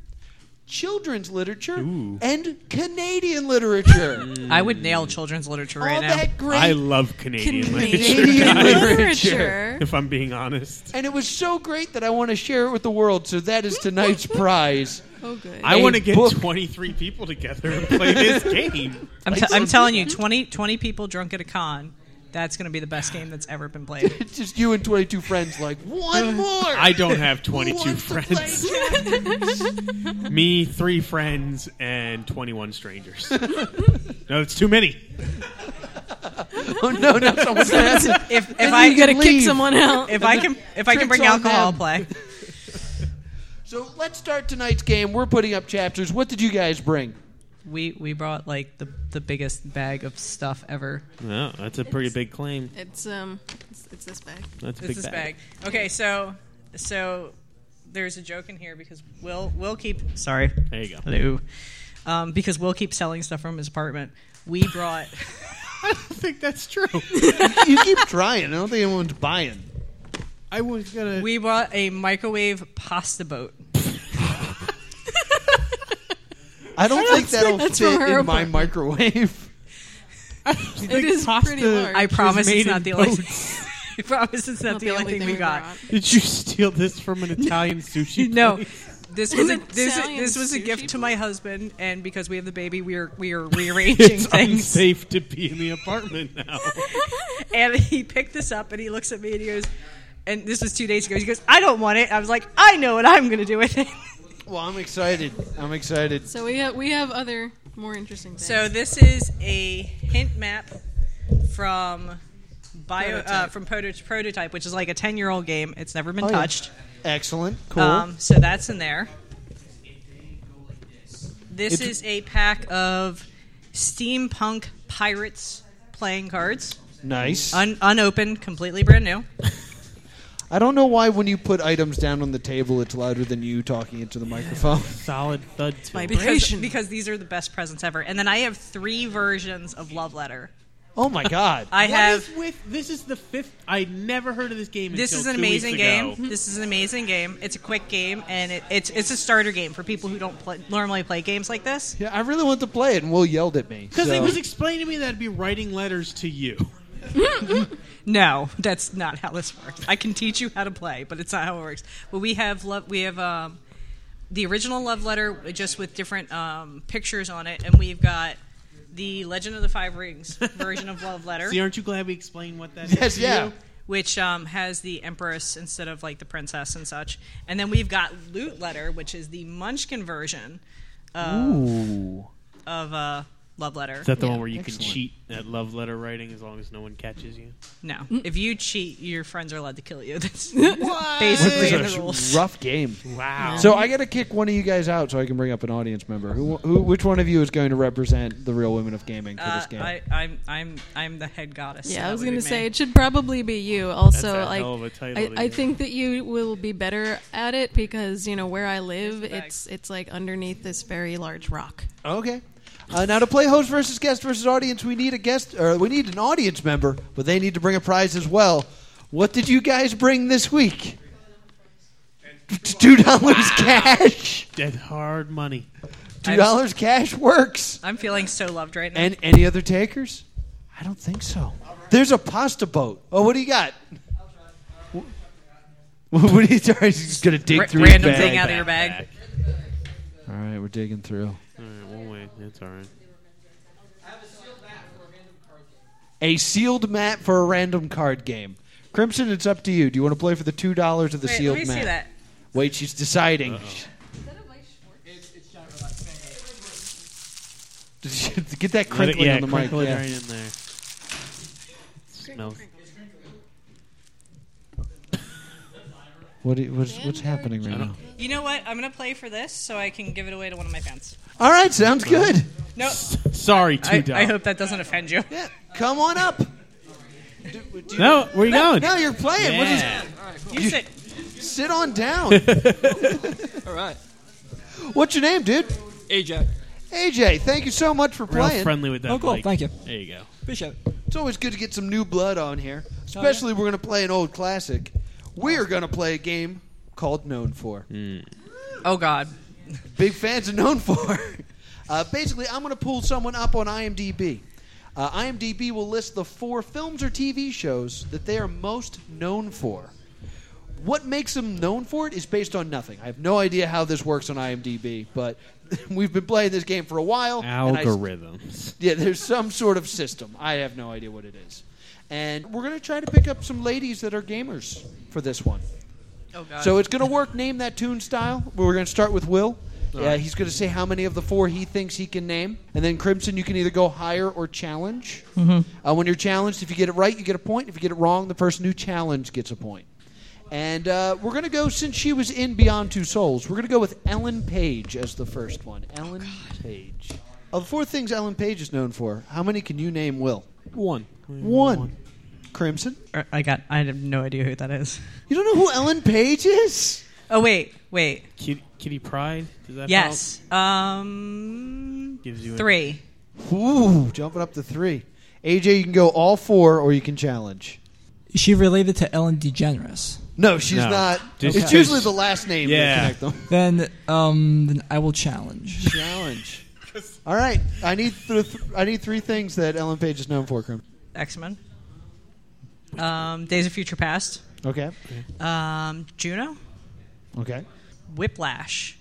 Speaker 3: children's literature,
Speaker 5: Ooh.
Speaker 3: and Canadian
Speaker 5: <laughs>
Speaker 3: literature.
Speaker 6: I would nail children's literature right
Speaker 3: All
Speaker 6: now.
Speaker 3: that great
Speaker 5: I love Canadian, literature,
Speaker 3: Canadian
Speaker 5: guys,
Speaker 3: literature.
Speaker 5: <laughs> if I'm being honest.
Speaker 3: and it was so great that I want to share it with the world. So that is
Speaker 5: <laughs>
Speaker 3: tonight's prize.
Speaker 4: Oh, good.
Speaker 5: I
Speaker 3: A
Speaker 5: want to get
Speaker 3: book.
Speaker 5: 23 people together and play this game.
Speaker 6: I'm, t- I'm telling you, 20, 20 people drunk at a con That's going to be the best game that's ever been played.
Speaker 4: <laughs>
Speaker 3: It's just you and 22 friends, like, one more!
Speaker 5: I don't have
Speaker 3: Who
Speaker 5: 22
Speaker 3: wants to play
Speaker 5: friends. <laughs> Me, three friends, and 21 strangers. no, it's too many.
Speaker 3: Oh, <laughs> no, no, <laughs> someone's gonna have to-
Speaker 6: if if
Speaker 4: Then
Speaker 6: I
Speaker 4: you gotta kick
Speaker 3: leave.
Speaker 4: someone out.
Speaker 6: if I can if I can bring
Speaker 3: Tricks on
Speaker 6: alcohol
Speaker 3: them.
Speaker 6: play.
Speaker 3: So let's start tonight's game. We're putting up chapters. What did you guys bring?
Speaker 6: <laughs> We we brought like the the biggest bag of stuff ever.
Speaker 5: No, that's a pretty big claim.
Speaker 4: It's um, it's, it's this bag.
Speaker 5: That's a
Speaker 6: It's
Speaker 5: big
Speaker 6: this bag. Okay, so so there's a joke in here because we'll we'll keep sorry.
Speaker 5: There you go.
Speaker 6: Hello. Um, because we'll keep selling stuff from his apartment. We brought
Speaker 5: I think that's true.
Speaker 3: <laughs> You keep trying. I don't think anyone's buying.
Speaker 5: I was gonna.
Speaker 6: we brought a microwave pasta boat.
Speaker 3: I don't think that'll
Speaker 4: that's
Speaker 3: fit in
Speaker 4: from her
Speaker 3: my
Speaker 4: apartment.
Speaker 3: microwave. <laughs>
Speaker 4: It is pretty large.
Speaker 6: I promise
Speaker 5: made
Speaker 6: it's
Speaker 5: in
Speaker 6: not the only.
Speaker 5: boats.
Speaker 6: <laughs> I promise it's not, the, only thing, we got.
Speaker 5: Did you steal this from an Italian sushi?
Speaker 6: <laughs> No, this was a,
Speaker 4: An
Speaker 6: this
Speaker 4: Italian
Speaker 6: this was a
Speaker 4: sushi
Speaker 6: gift to
Speaker 4: place?
Speaker 6: my husband, and because we have the baby, we are we are
Speaker 5: It's
Speaker 6: <laughs> rearranging things.
Speaker 5: unsafe to be in the apartment now.
Speaker 6: And he picked this up, and he looks at me, and he goes, and this was two days ago. He goes, I don't want it. I was like, I know what I'm going to do with it.
Speaker 3: Well, I'm excited. I'm excited.
Speaker 4: So we have we have other more interesting things.
Speaker 6: <laughs> So this is a hint map from bio uh,
Speaker 4: Prototype.
Speaker 6: from proto- prototype, which is like a ten year old game. It's never been
Speaker 3: Oh, yeah.
Speaker 6: touched.
Speaker 3: Excellent. Cool.
Speaker 6: Um, so that's in there. This is a pack of steampunk pirates playing cards,
Speaker 3: nice.
Speaker 6: Un- unopened, completely brand new.
Speaker 3: I don't know why when you put items down on the table, it's louder than you talking into the microphone.
Speaker 5: Solid thud. too.
Speaker 6: Because,
Speaker 4: Vibration.
Speaker 6: because these are the best presents ever. And then I have three versions of Love Letter.
Speaker 3: <laughs> Oh my <laughs> god.
Speaker 6: I
Speaker 5: What
Speaker 6: have.
Speaker 5: is with this is the fifth. I never heard of this game.
Speaker 6: This
Speaker 5: until
Speaker 6: is an
Speaker 5: two weeks
Speaker 6: amazing
Speaker 5: ago. <laughs>
Speaker 6: game. This is an amazing game. It's a quick game, and it, it's it's a starter game for people who don't play, normally play games like this.
Speaker 3: yeah, I really want to play it, and Will yelled at me.
Speaker 5: Because
Speaker 3: so.
Speaker 5: it was explaining to me that I'd be writing letters to you.
Speaker 6: No, that's not how this works. I can teach you how to play, but it's not how it works. But we have love. We have um, the original love letter, just with different um, pictures on it, and we've got the Legend of the Five Rings version of love letter,
Speaker 5: <laughs> See, aren't you glad we explained what
Speaker 6: <laughs>
Speaker 5: that is?
Speaker 3: Yes,
Speaker 5: to
Speaker 3: yeah.
Speaker 5: you?
Speaker 6: which um, has the Empress instead of like the princess and such. And then we've got loot letter, which is the Munchkin version of,
Speaker 3: Ooh.
Speaker 6: of uh, love letter.
Speaker 5: Is that the one where you can cheat at love letter writing as long as no one catches you?
Speaker 6: No,
Speaker 4: Mm.
Speaker 6: if you cheat, your friends are allowed to kill you. <laughs> That's basically in the rules.
Speaker 3: Rough game.
Speaker 5: Wow.
Speaker 3: So I got to kick one of you guys out so I can bring up an audience member. Who, who which one of you is going to represent the real women of gaming for
Speaker 6: Uh,
Speaker 3: this game?
Speaker 6: I, I'm I'm I'm the head goddess. so
Speaker 4: yeah,
Speaker 6: that
Speaker 4: I was
Speaker 6: would
Speaker 4: gonna
Speaker 6: be
Speaker 4: say
Speaker 6: me.
Speaker 4: it should probably be you. Also,
Speaker 5: That's a
Speaker 4: like
Speaker 5: hell of a title to
Speaker 4: I, I
Speaker 5: give.
Speaker 4: think that you will be better at it because you know where I live.
Speaker 6: the bag.
Speaker 4: It's it's like underneath this very large rock.
Speaker 3: okay. Uh, now to play host versus guest versus audience, we need a guest or we need an audience member, but they need to bring a prize as well. What did you guys bring this week? Two dollars cash.
Speaker 5: Dead hard money.
Speaker 3: Two dollars cash works.
Speaker 6: I'm feeling so loved right now.
Speaker 3: And any other takers? I don't think so. There's a pasta boat. Oh, what do you got? Wh- <laughs> what are you sorry, he's just gonna dig
Speaker 6: Ra-
Speaker 3: through? his
Speaker 6: random
Speaker 3: bag.
Speaker 6: thing out of your bag.
Speaker 3: All right, we're digging through.
Speaker 5: All right, one way. That's all right.
Speaker 3: A sealed mat for a random card game. Crimson, it's up to you. Do you want to play for the two dollars of the
Speaker 6: Wait,
Speaker 3: sealed
Speaker 6: let me
Speaker 3: mat?
Speaker 6: see that.
Speaker 3: Wait, she's deciding. <laughs> Get that
Speaker 5: Let it-
Speaker 3: crinkling
Speaker 5: yeah,
Speaker 3: on the mic.
Speaker 5: crinkle it
Speaker 3: yeah.
Speaker 5: right in there. Smells.
Speaker 3: What do you- what's, what's happening right now?
Speaker 6: You know what? I'm gonna play for this so I can give it away to one of my fans.
Speaker 3: All right, sounds good.
Speaker 6: No,
Speaker 5: Sorry, two
Speaker 6: I,
Speaker 5: dollars.
Speaker 6: I hope that doesn't offend you.
Speaker 3: Yeah, come on up. Do- do you-
Speaker 5: No, where you going?
Speaker 3: No, you're playing. What is-
Speaker 5: Yeah.
Speaker 6: <laughs> You sit.
Speaker 3: sit on down.
Speaker 7: All right.
Speaker 3: What's your name, dude?
Speaker 7: AJ.
Speaker 3: AJ, thank you so much for
Speaker 5: Real
Speaker 3: playing.
Speaker 5: friendly with that.
Speaker 7: Oh, cool.
Speaker 5: mic.
Speaker 7: Thank you.
Speaker 5: There you go.
Speaker 7: Appreciate it.
Speaker 3: It's always good to get some new blood on
Speaker 7: Oh,
Speaker 3: here, especially we're going to play an old classic. We are going to play a game called Known For.
Speaker 6: Oh God.
Speaker 3: Big fans of Known For. <laughs> Uh, basically, I'm going to pull someone up on IMDb. Uh, IMDb will list the four films or TV shows that they are most known for. What makes him known for it is based on nothing. I have no idea how this works on IMDb, but <laughs> we've been playing this game for a while. and I-
Speaker 5: Algorithms.
Speaker 3: yeah, there's some sort of system. I have no idea what it is. And we're going to try to pick up some ladies that are gamers for this one.
Speaker 6: Oh god.
Speaker 3: So it's going to work name that tune style. We're going to start with Will. Yeah, he's going to say how many of the four he thinks he can name. And then Crimson, you can either go higher or challenge. Uh, when you're challenged, if you get it right, you get a point. If you get it wrong, the person who challenged gets a point. And uh, we're going to go, since she was in Beyond Two Souls, we're going to go with Ellen Page as the first one. Ellen Page. Oh, Of the four things Ellen Page is known for, how many can you name, Will?
Speaker 5: One.
Speaker 3: One. Crimson?
Speaker 6: Uh, I got. I have no idea who that is.
Speaker 3: You don't know who Ellen Page is?
Speaker 6: Oh wait, wait.
Speaker 5: Kitty, Kitty Pride. Does that
Speaker 6: Yes. Um.
Speaker 5: Help? Gives you an-
Speaker 6: Three.
Speaker 3: Ooh, jumping up to three. AJ, you can go all four or you can challenge.
Speaker 7: Is she related to Ellen DeGeneres?
Speaker 3: No, she's
Speaker 5: No.
Speaker 3: not. it's
Speaker 5: Just because-
Speaker 3: usually the last name
Speaker 5: Yeah.
Speaker 3: that
Speaker 7: <laughs>
Speaker 3: connect them.
Speaker 7: Then, um, then I will challenge.
Speaker 3: Challenge. All right, I need th- th- I need three things that Ellen Page is known for. Crim.
Speaker 6: X Men. Um, Days of Future Past.
Speaker 3: Okay.
Speaker 6: Um, Juno.
Speaker 3: Okay.
Speaker 6: Whiplash.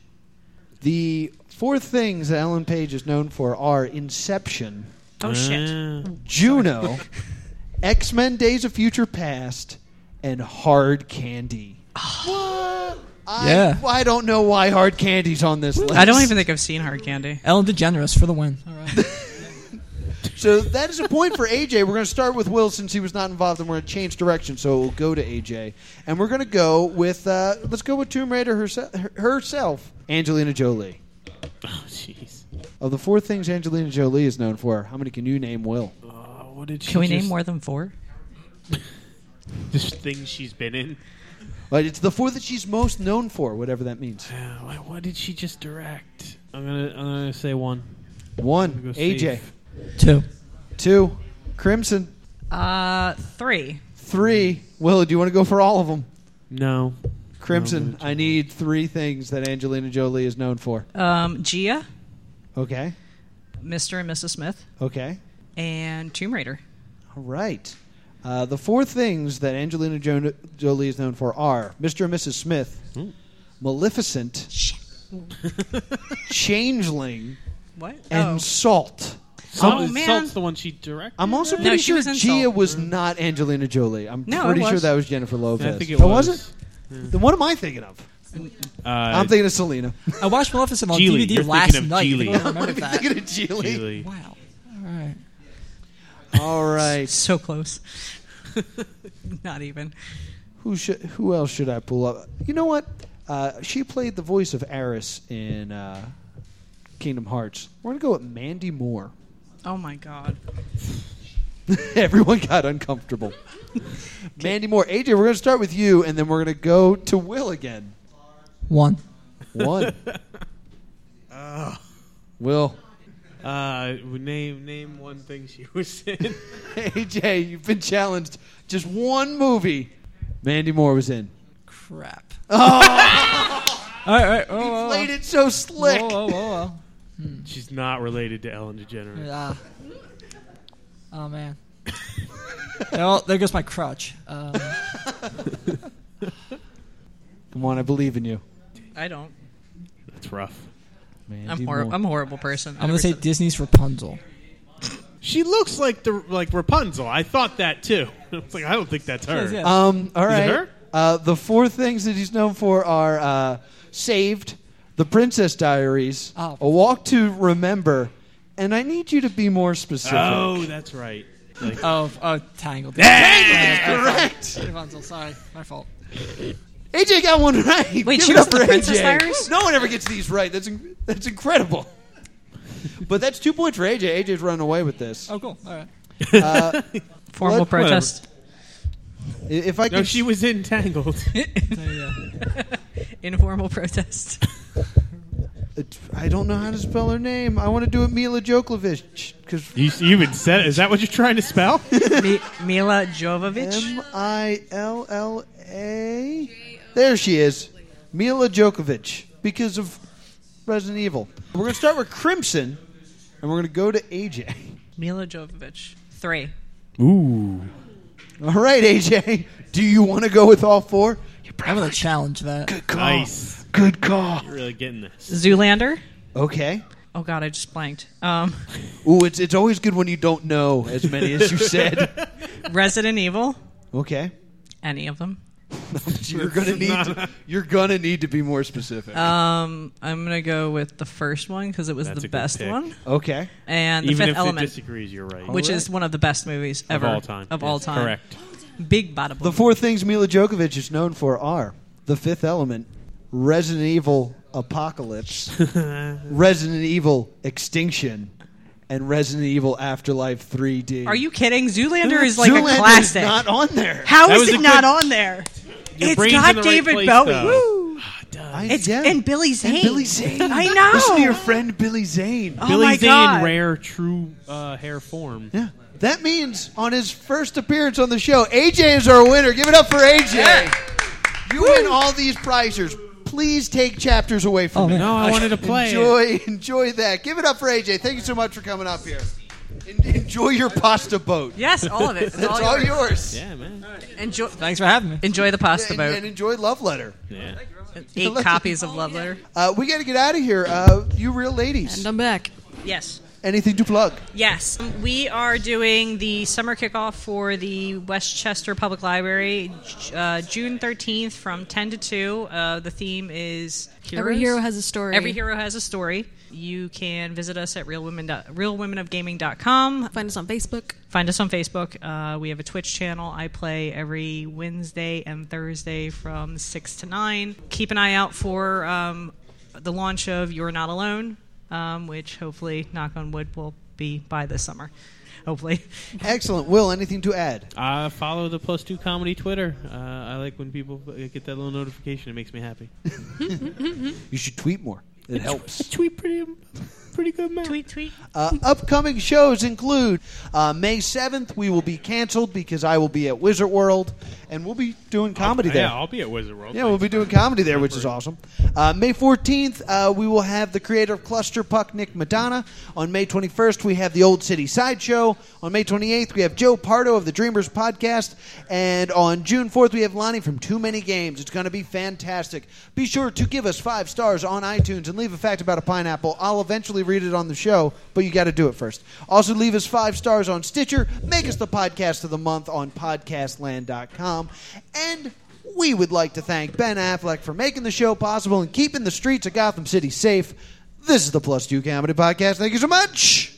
Speaker 3: The four things that Ellen Page is known for are Inception,
Speaker 6: Oh shit.
Speaker 5: Uh,
Speaker 3: Juno, <laughs> X Men: Days of Future Past, and Hard Candy. <gasps> what? I,
Speaker 7: Yeah.
Speaker 3: I don't know why Hard Candy's on this list.
Speaker 6: I don't even think I've seen Hard Candy.
Speaker 7: Ellen DeGeneres for the win. All right.
Speaker 3: So that is a point for AJ. We're going to start with Will since he was not involved, and we're going to change direction, so we'll go to AJ, and we're going to go with uh, let's go with Tomb Raider herself, herself, Angelina Jolie.
Speaker 5: oh, jeez.
Speaker 3: Of the four things Angelina Jolie is known for, how many can you name? Will
Speaker 5: Oh, what did she
Speaker 6: Can we
Speaker 5: just,
Speaker 6: name more than four?
Speaker 5: Just things she's been in.
Speaker 3: Like, it's the four that she's most known for, whatever that means.
Speaker 5: Uh, wh- what did she just direct? I'm gonna. I'm gonna say one.
Speaker 3: One,
Speaker 5: Go
Speaker 3: AJ,
Speaker 5: safe.
Speaker 7: <laughs> Two.
Speaker 3: two, Crimson,
Speaker 6: Uh, three.
Speaker 3: three. Will, do you want to go for all of them?
Speaker 5: No.
Speaker 3: Crimson, I need three things that Angelina Jolie is known for.
Speaker 6: Um, Gia.
Speaker 3: Okay,
Speaker 6: Mr. and Mrs. Smith.
Speaker 3: okay.
Speaker 6: And Tomb Raider.
Speaker 3: All right. Uh, the four things that Angelina jo- Jolie is known for are Mr. and Mrs. Smith, Maleficent, Changeling,
Speaker 6: What?
Speaker 3: and Salt.
Speaker 5: Some,
Speaker 6: Oh, man.
Speaker 5: Salt's the one she directed.
Speaker 3: I'm also
Speaker 6: Mm-hmm. No,
Speaker 3: pretty
Speaker 6: she
Speaker 3: sure
Speaker 6: was in
Speaker 3: Gia
Speaker 6: Salt. Mm-hmm.
Speaker 3: was not Angelina Jolie. I'm
Speaker 6: No, it
Speaker 3: pretty sure
Speaker 6: was.
Speaker 3: that was Jennifer Lopez. Oh,
Speaker 5: I think it
Speaker 3: That
Speaker 5: was.
Speaker 3: not Then what am I thinking of?
Speaker 5: Uh,
Speaker 3: I'm <laughs> thinking of
Speaker 5: <laughs>
Speaker 3: Selena.
Speaker 7: I watched Maleficent on
Speaker 5: Geely.
Speaker 7: DVD
Speaker 5: You're
Speaker 7: last
Speaker 5: thinking of
Speaker 7: night.
Speaker 5: Geely.
Speaker 7: I don't remember
Speaker 3: I'm
Speaker 7: that.
Speaker 3: thinking of Geely.
Speaker 5: Geely.
Speaker 7: Wow. All right.
Speaker 3: <laughs> All right.
Speaker 6: So close. <laughs> Not even.
Speaker 3: Who should? Who else should I pull up? You know what? Uh, she played the voice of Eris in uh, Kingdom Hearts. We're gonna go with Mandy Moore.
Speaker 6: Oh my god.
Speaker 3: <laughs> Everyone got uncomfortable. Mandy Moore, AJ, we're going to start with you, and then we're going to go to Will again.
Speaker 7: One.
Speaker 5: <laughs>
Speaker 3: One. Will,
Speaker 5: Uh, name name one thing she was in. <laughs>
Speaker 3: AJ, you've been challenged. Just one movie. Mandy Moore was in.
Speaker 7: Crap. Oh. all right. All right. Oh, oh,
Speaker 3: Played it so
Speaker 7: oh,
Speaker 3: slick.
Speaker 7: oh, oh,
Speaker 5: She's not related to Ellen
Speaker 7: oh.
Speaker 5: DeGeneres.
Speaker 7: Ah. Oh man. well, there goes my crutch. Um,
Speaker 3: Come on, I believe in you.
Speaker 6: I don't.
Speaker 5: That's rough.
Speaker 6: I'm
Speaker 3: Mandy
Speaker 6: horrible.
Speaker 3: Moore.
Speaker 6: I'm a horrible person.
Speaker 7: I'm gonna say Disney's Rapunzel.
Speaker 5: She looks like the like Rapunzel. I thought that too. <laughs> I was like, I don't think that's her.
Speaker 7: Yes, yes.
Speaker 3: Um, all
Speaker 5: Is
Speaker 3: right.
Speaker 5: it her?
Speaker 3: Uh, the four things that he's known for are uh, Saved, The Princess Diaries,
Speaker 7: Oh.
Speaker 3: A Walk to Remember, and I need you to be more specific.
Speaker 5: Oh, that's right. Like,
Speaker 7: Oh, oh, Tangled.
Speaker 3: Correct.
Speaker 7: Rapunzel. Sorry, my fault.
Speaker 3: AJ got one right.
Speaker 6: Wait,
Speaker 3: Give
Speaker 6: she
Speaker 3: it
Speaker 6: was
Speaker 3: up
Speaker 6: the
Speaker 3: for
Speaker 6: Princess
Speaker 3: AJ.
Speaker 6: Diaries?
Speaker 3: No one ever gets these right. That's in- that's incredible. but that's two points for AJ. AJ's running away with this.
Speaker 7: Oh, cool. All right.
Speaker 6: Formal
Speaker 3: What?
Speaker 6: protest.
Speaker 3: I- If I can,
Speaker 5: no, she was in
Speaker 6: <laughs>
Speaker 5: Tangled.
Speaker 7: There you go.
Speaker 6: Informal <laughs> protest.
Speaker 3: uh, I don't know how to spell her name. I want to do it Mila Djokovic because
Speaker 5: you you even said. Is that what you're trying to
Speaker 6: <laughs>
Speaker 5: spell?
Speaker 6: Mi- Mila Jovovich.
Speaker 3: M I L L A. There she is, Mila Djokovic, because of Resident Evil. We're gonna start with Crimson, and we're gonna go to <laughs> AJ.
Speaker 6: Mila Jovovich. Three.
Speaker 5: Ooh.
Speaker 3: All right, AJ. Do you want to go with all four? You're
Speaker 7: I'm gonna challenge that.
Speaker 3: Call.
Speaker 5: Nice.
Speaker 3: Good call.
Speaker 5: You're really getting this.
Speaker 6: Zoolander.
Speaker 3: Okay.
Speaker 6: Oh God, I just blanked. Um, <laughs>
Speaker 3: Ooh, it's it's always good when you don't know as many as you said.
Speaker 6: Resident Evil.
Speaker 3: Okay.
Speaker 6: Any of them.
Speaker 3: You're gonna need to, you're gonna need to be more specific.
Speaker 6: Um, I'm gonna go with the first one because it was
Speaker 5: That's a
Speaker 6: the
Speaker 5: good
Speaker 6: best
Speaker 5: pick.
Speaker 6: one,
Speaker 3: okay.
Speaker 6: and the
Speaker 5: Even
Speaker 6: Fifth
Speaker 5: if it
Speaker 6: Element,
Speaker 5: disagrees, you're right.
Speaker 6: which is one of the best movies
Speaker 5: of
Speaker 6: ever
Speaker 5: all time.
Speaker 6: Of all
Speaker 5: Yes,
Speaker 6: time.
Speaker 5: Correct.
Speaker 6: Big bada
Speaker 3: The
Speaker 6: boom.
Speaker 3: four things Mila Djokovic is known for are The Fifth Element, Resident Evil Apocalypse, Resident Evil Extinction, and Resident Evil Afterlife 3D.
Speaker 6: Are you kidding? Zoolander is like
Speaker 3: Zoolander
Speaker 6: a
Speaker 3: is
Speaker 6: classic.
Speaker 3: not on there.
Speaker 6: How
Speaker 5: That
Speaker 6: is
Speaker 5: was
Speaker 6: it
Speaker 5: a
Speaker 6: not
Speaker 5: good-
Speaker 6: on there?
Speaker 5: Your
Speaker 6: it's
Speaker 5: brain's in
Speaker 6: got
Speaker 5: the right
Speaker 6: David
Speaker 5: place,
Speaker 6: Bowie.
Speaker 5: though.
Speaker 6: Woo!
Speaker 3: I-
Speaker 6: Uh, It's
Speaker 3: yeah.
Speaker 6: and Billy Zane.
Speaker 3: And Billy Zane.
Speaker 6: I know.
Speaker 3: Listen to your friend Billy Zane.
Speaker 6: Oh
Speaker 5: Billy
Speaker 6: my
Speaker 5: Zane,
Speaker 6: God.
Speaker 5: rare true uh, hair form.
Speaker 3: Yeah. That means on his first appearance on the show, AJ is our winner. Give it up for AJ. You win all these prizes. Please take chapters away from
Speaker 7: Oh,
Speaker 3: me.
Speaker 7: man.
Speaker 5: No, I wanted to play. it.
Speaker 3: Enjoy, enjoy that. Give it up for AJ. Thank you so much for coming up here. En- enjoy your pasta boat.
Speaker 6: Yes,
Speaker 3: <laughs>
Speaker 6: all of it. It's
Speaker 3: It's
Speaker 6: all
Speaker 3: all yours.
Speaker 6: yours.
Speaker 5: Yeah, man.
Speaker 6: Enjoy,
Speaker 7: Thanks for having me.
Speaker 6: enjoy the pasta
Speaker 3: And,
Speaker 6: boat.
Speaker 3: and enjoy Love Letter.
Speaker 5: Yeah.
Speaker 6: Eight copies of Love Letter.
Speaker 3: Uh, we got to get out of here. Uh, you real ladies.
Speaker 4: And um, I'm back.
Speaker 6: Yes.
Speaker 3: Anything to plug?
Speaker 6: Yes, we are doing the summer kickoff for the Westchester Public Library, J- uh, June thirteenth from ten to two. Uh, the theme is heroes.
Speaker 4: Every hero has a story.
Speaker 6: Every hero has a story. You can visit us at realwomen dot- realwomenofgaming.com.
Speaker 4: Find us on Facebook.
Speaker 6: Find us on Facebook. Uh, we have a Twitch channel I play every Wednesday and Thursday from 6 to 9. Keep an eye out for um, the launch of You're Not Alone, um, which hopefully, knock on wood, will be by this summer. Hopefully.
Speaker 3: Excellent. Will, anything to add?
Speaker 5: Uh, follow the Plus Two Comedy Twitter. Uh, I like when people uh, get that little notification. It makes me happy.
Speaker 3: You should tweet more. It helps.
Speaker 5: Tweet pretty, pretty good, man.
Speaker 6: Tweet, tweet.
Speaker 3: Uh, upcoming shows include uh, May 7th, we will be canceled because I will be at Wizard World, and we'll be doing comedy there.
Speaker 5: Yeah, I'll be at Wizard World.
Speaker 3: Yeah, we'll be doing comedy there, which is awesome. Uh, May 14th, uh, we will have the creator of Cluster Puck, Nick Madonna. On May 21st, we have the Old City Sideshow. On May 28th, we have Joe Pardo of the Dreamers Podcast. And on June 4th, we have Lonnie from Too Many Games. It's going to be fantastic. Be sure to give us five stars on iTunes and leave a fact about a pineapple. I'll eventually read it on the show, but you got to do it first. Also, leave us five stars on Stitcher. Make us the podcast of the month on podcastland.com. And we would like to thank Ben Affleck for making the show possible and keeping the streets of Gotham City safe. This is the Plus Two Comedy Podcast. Thank you so much.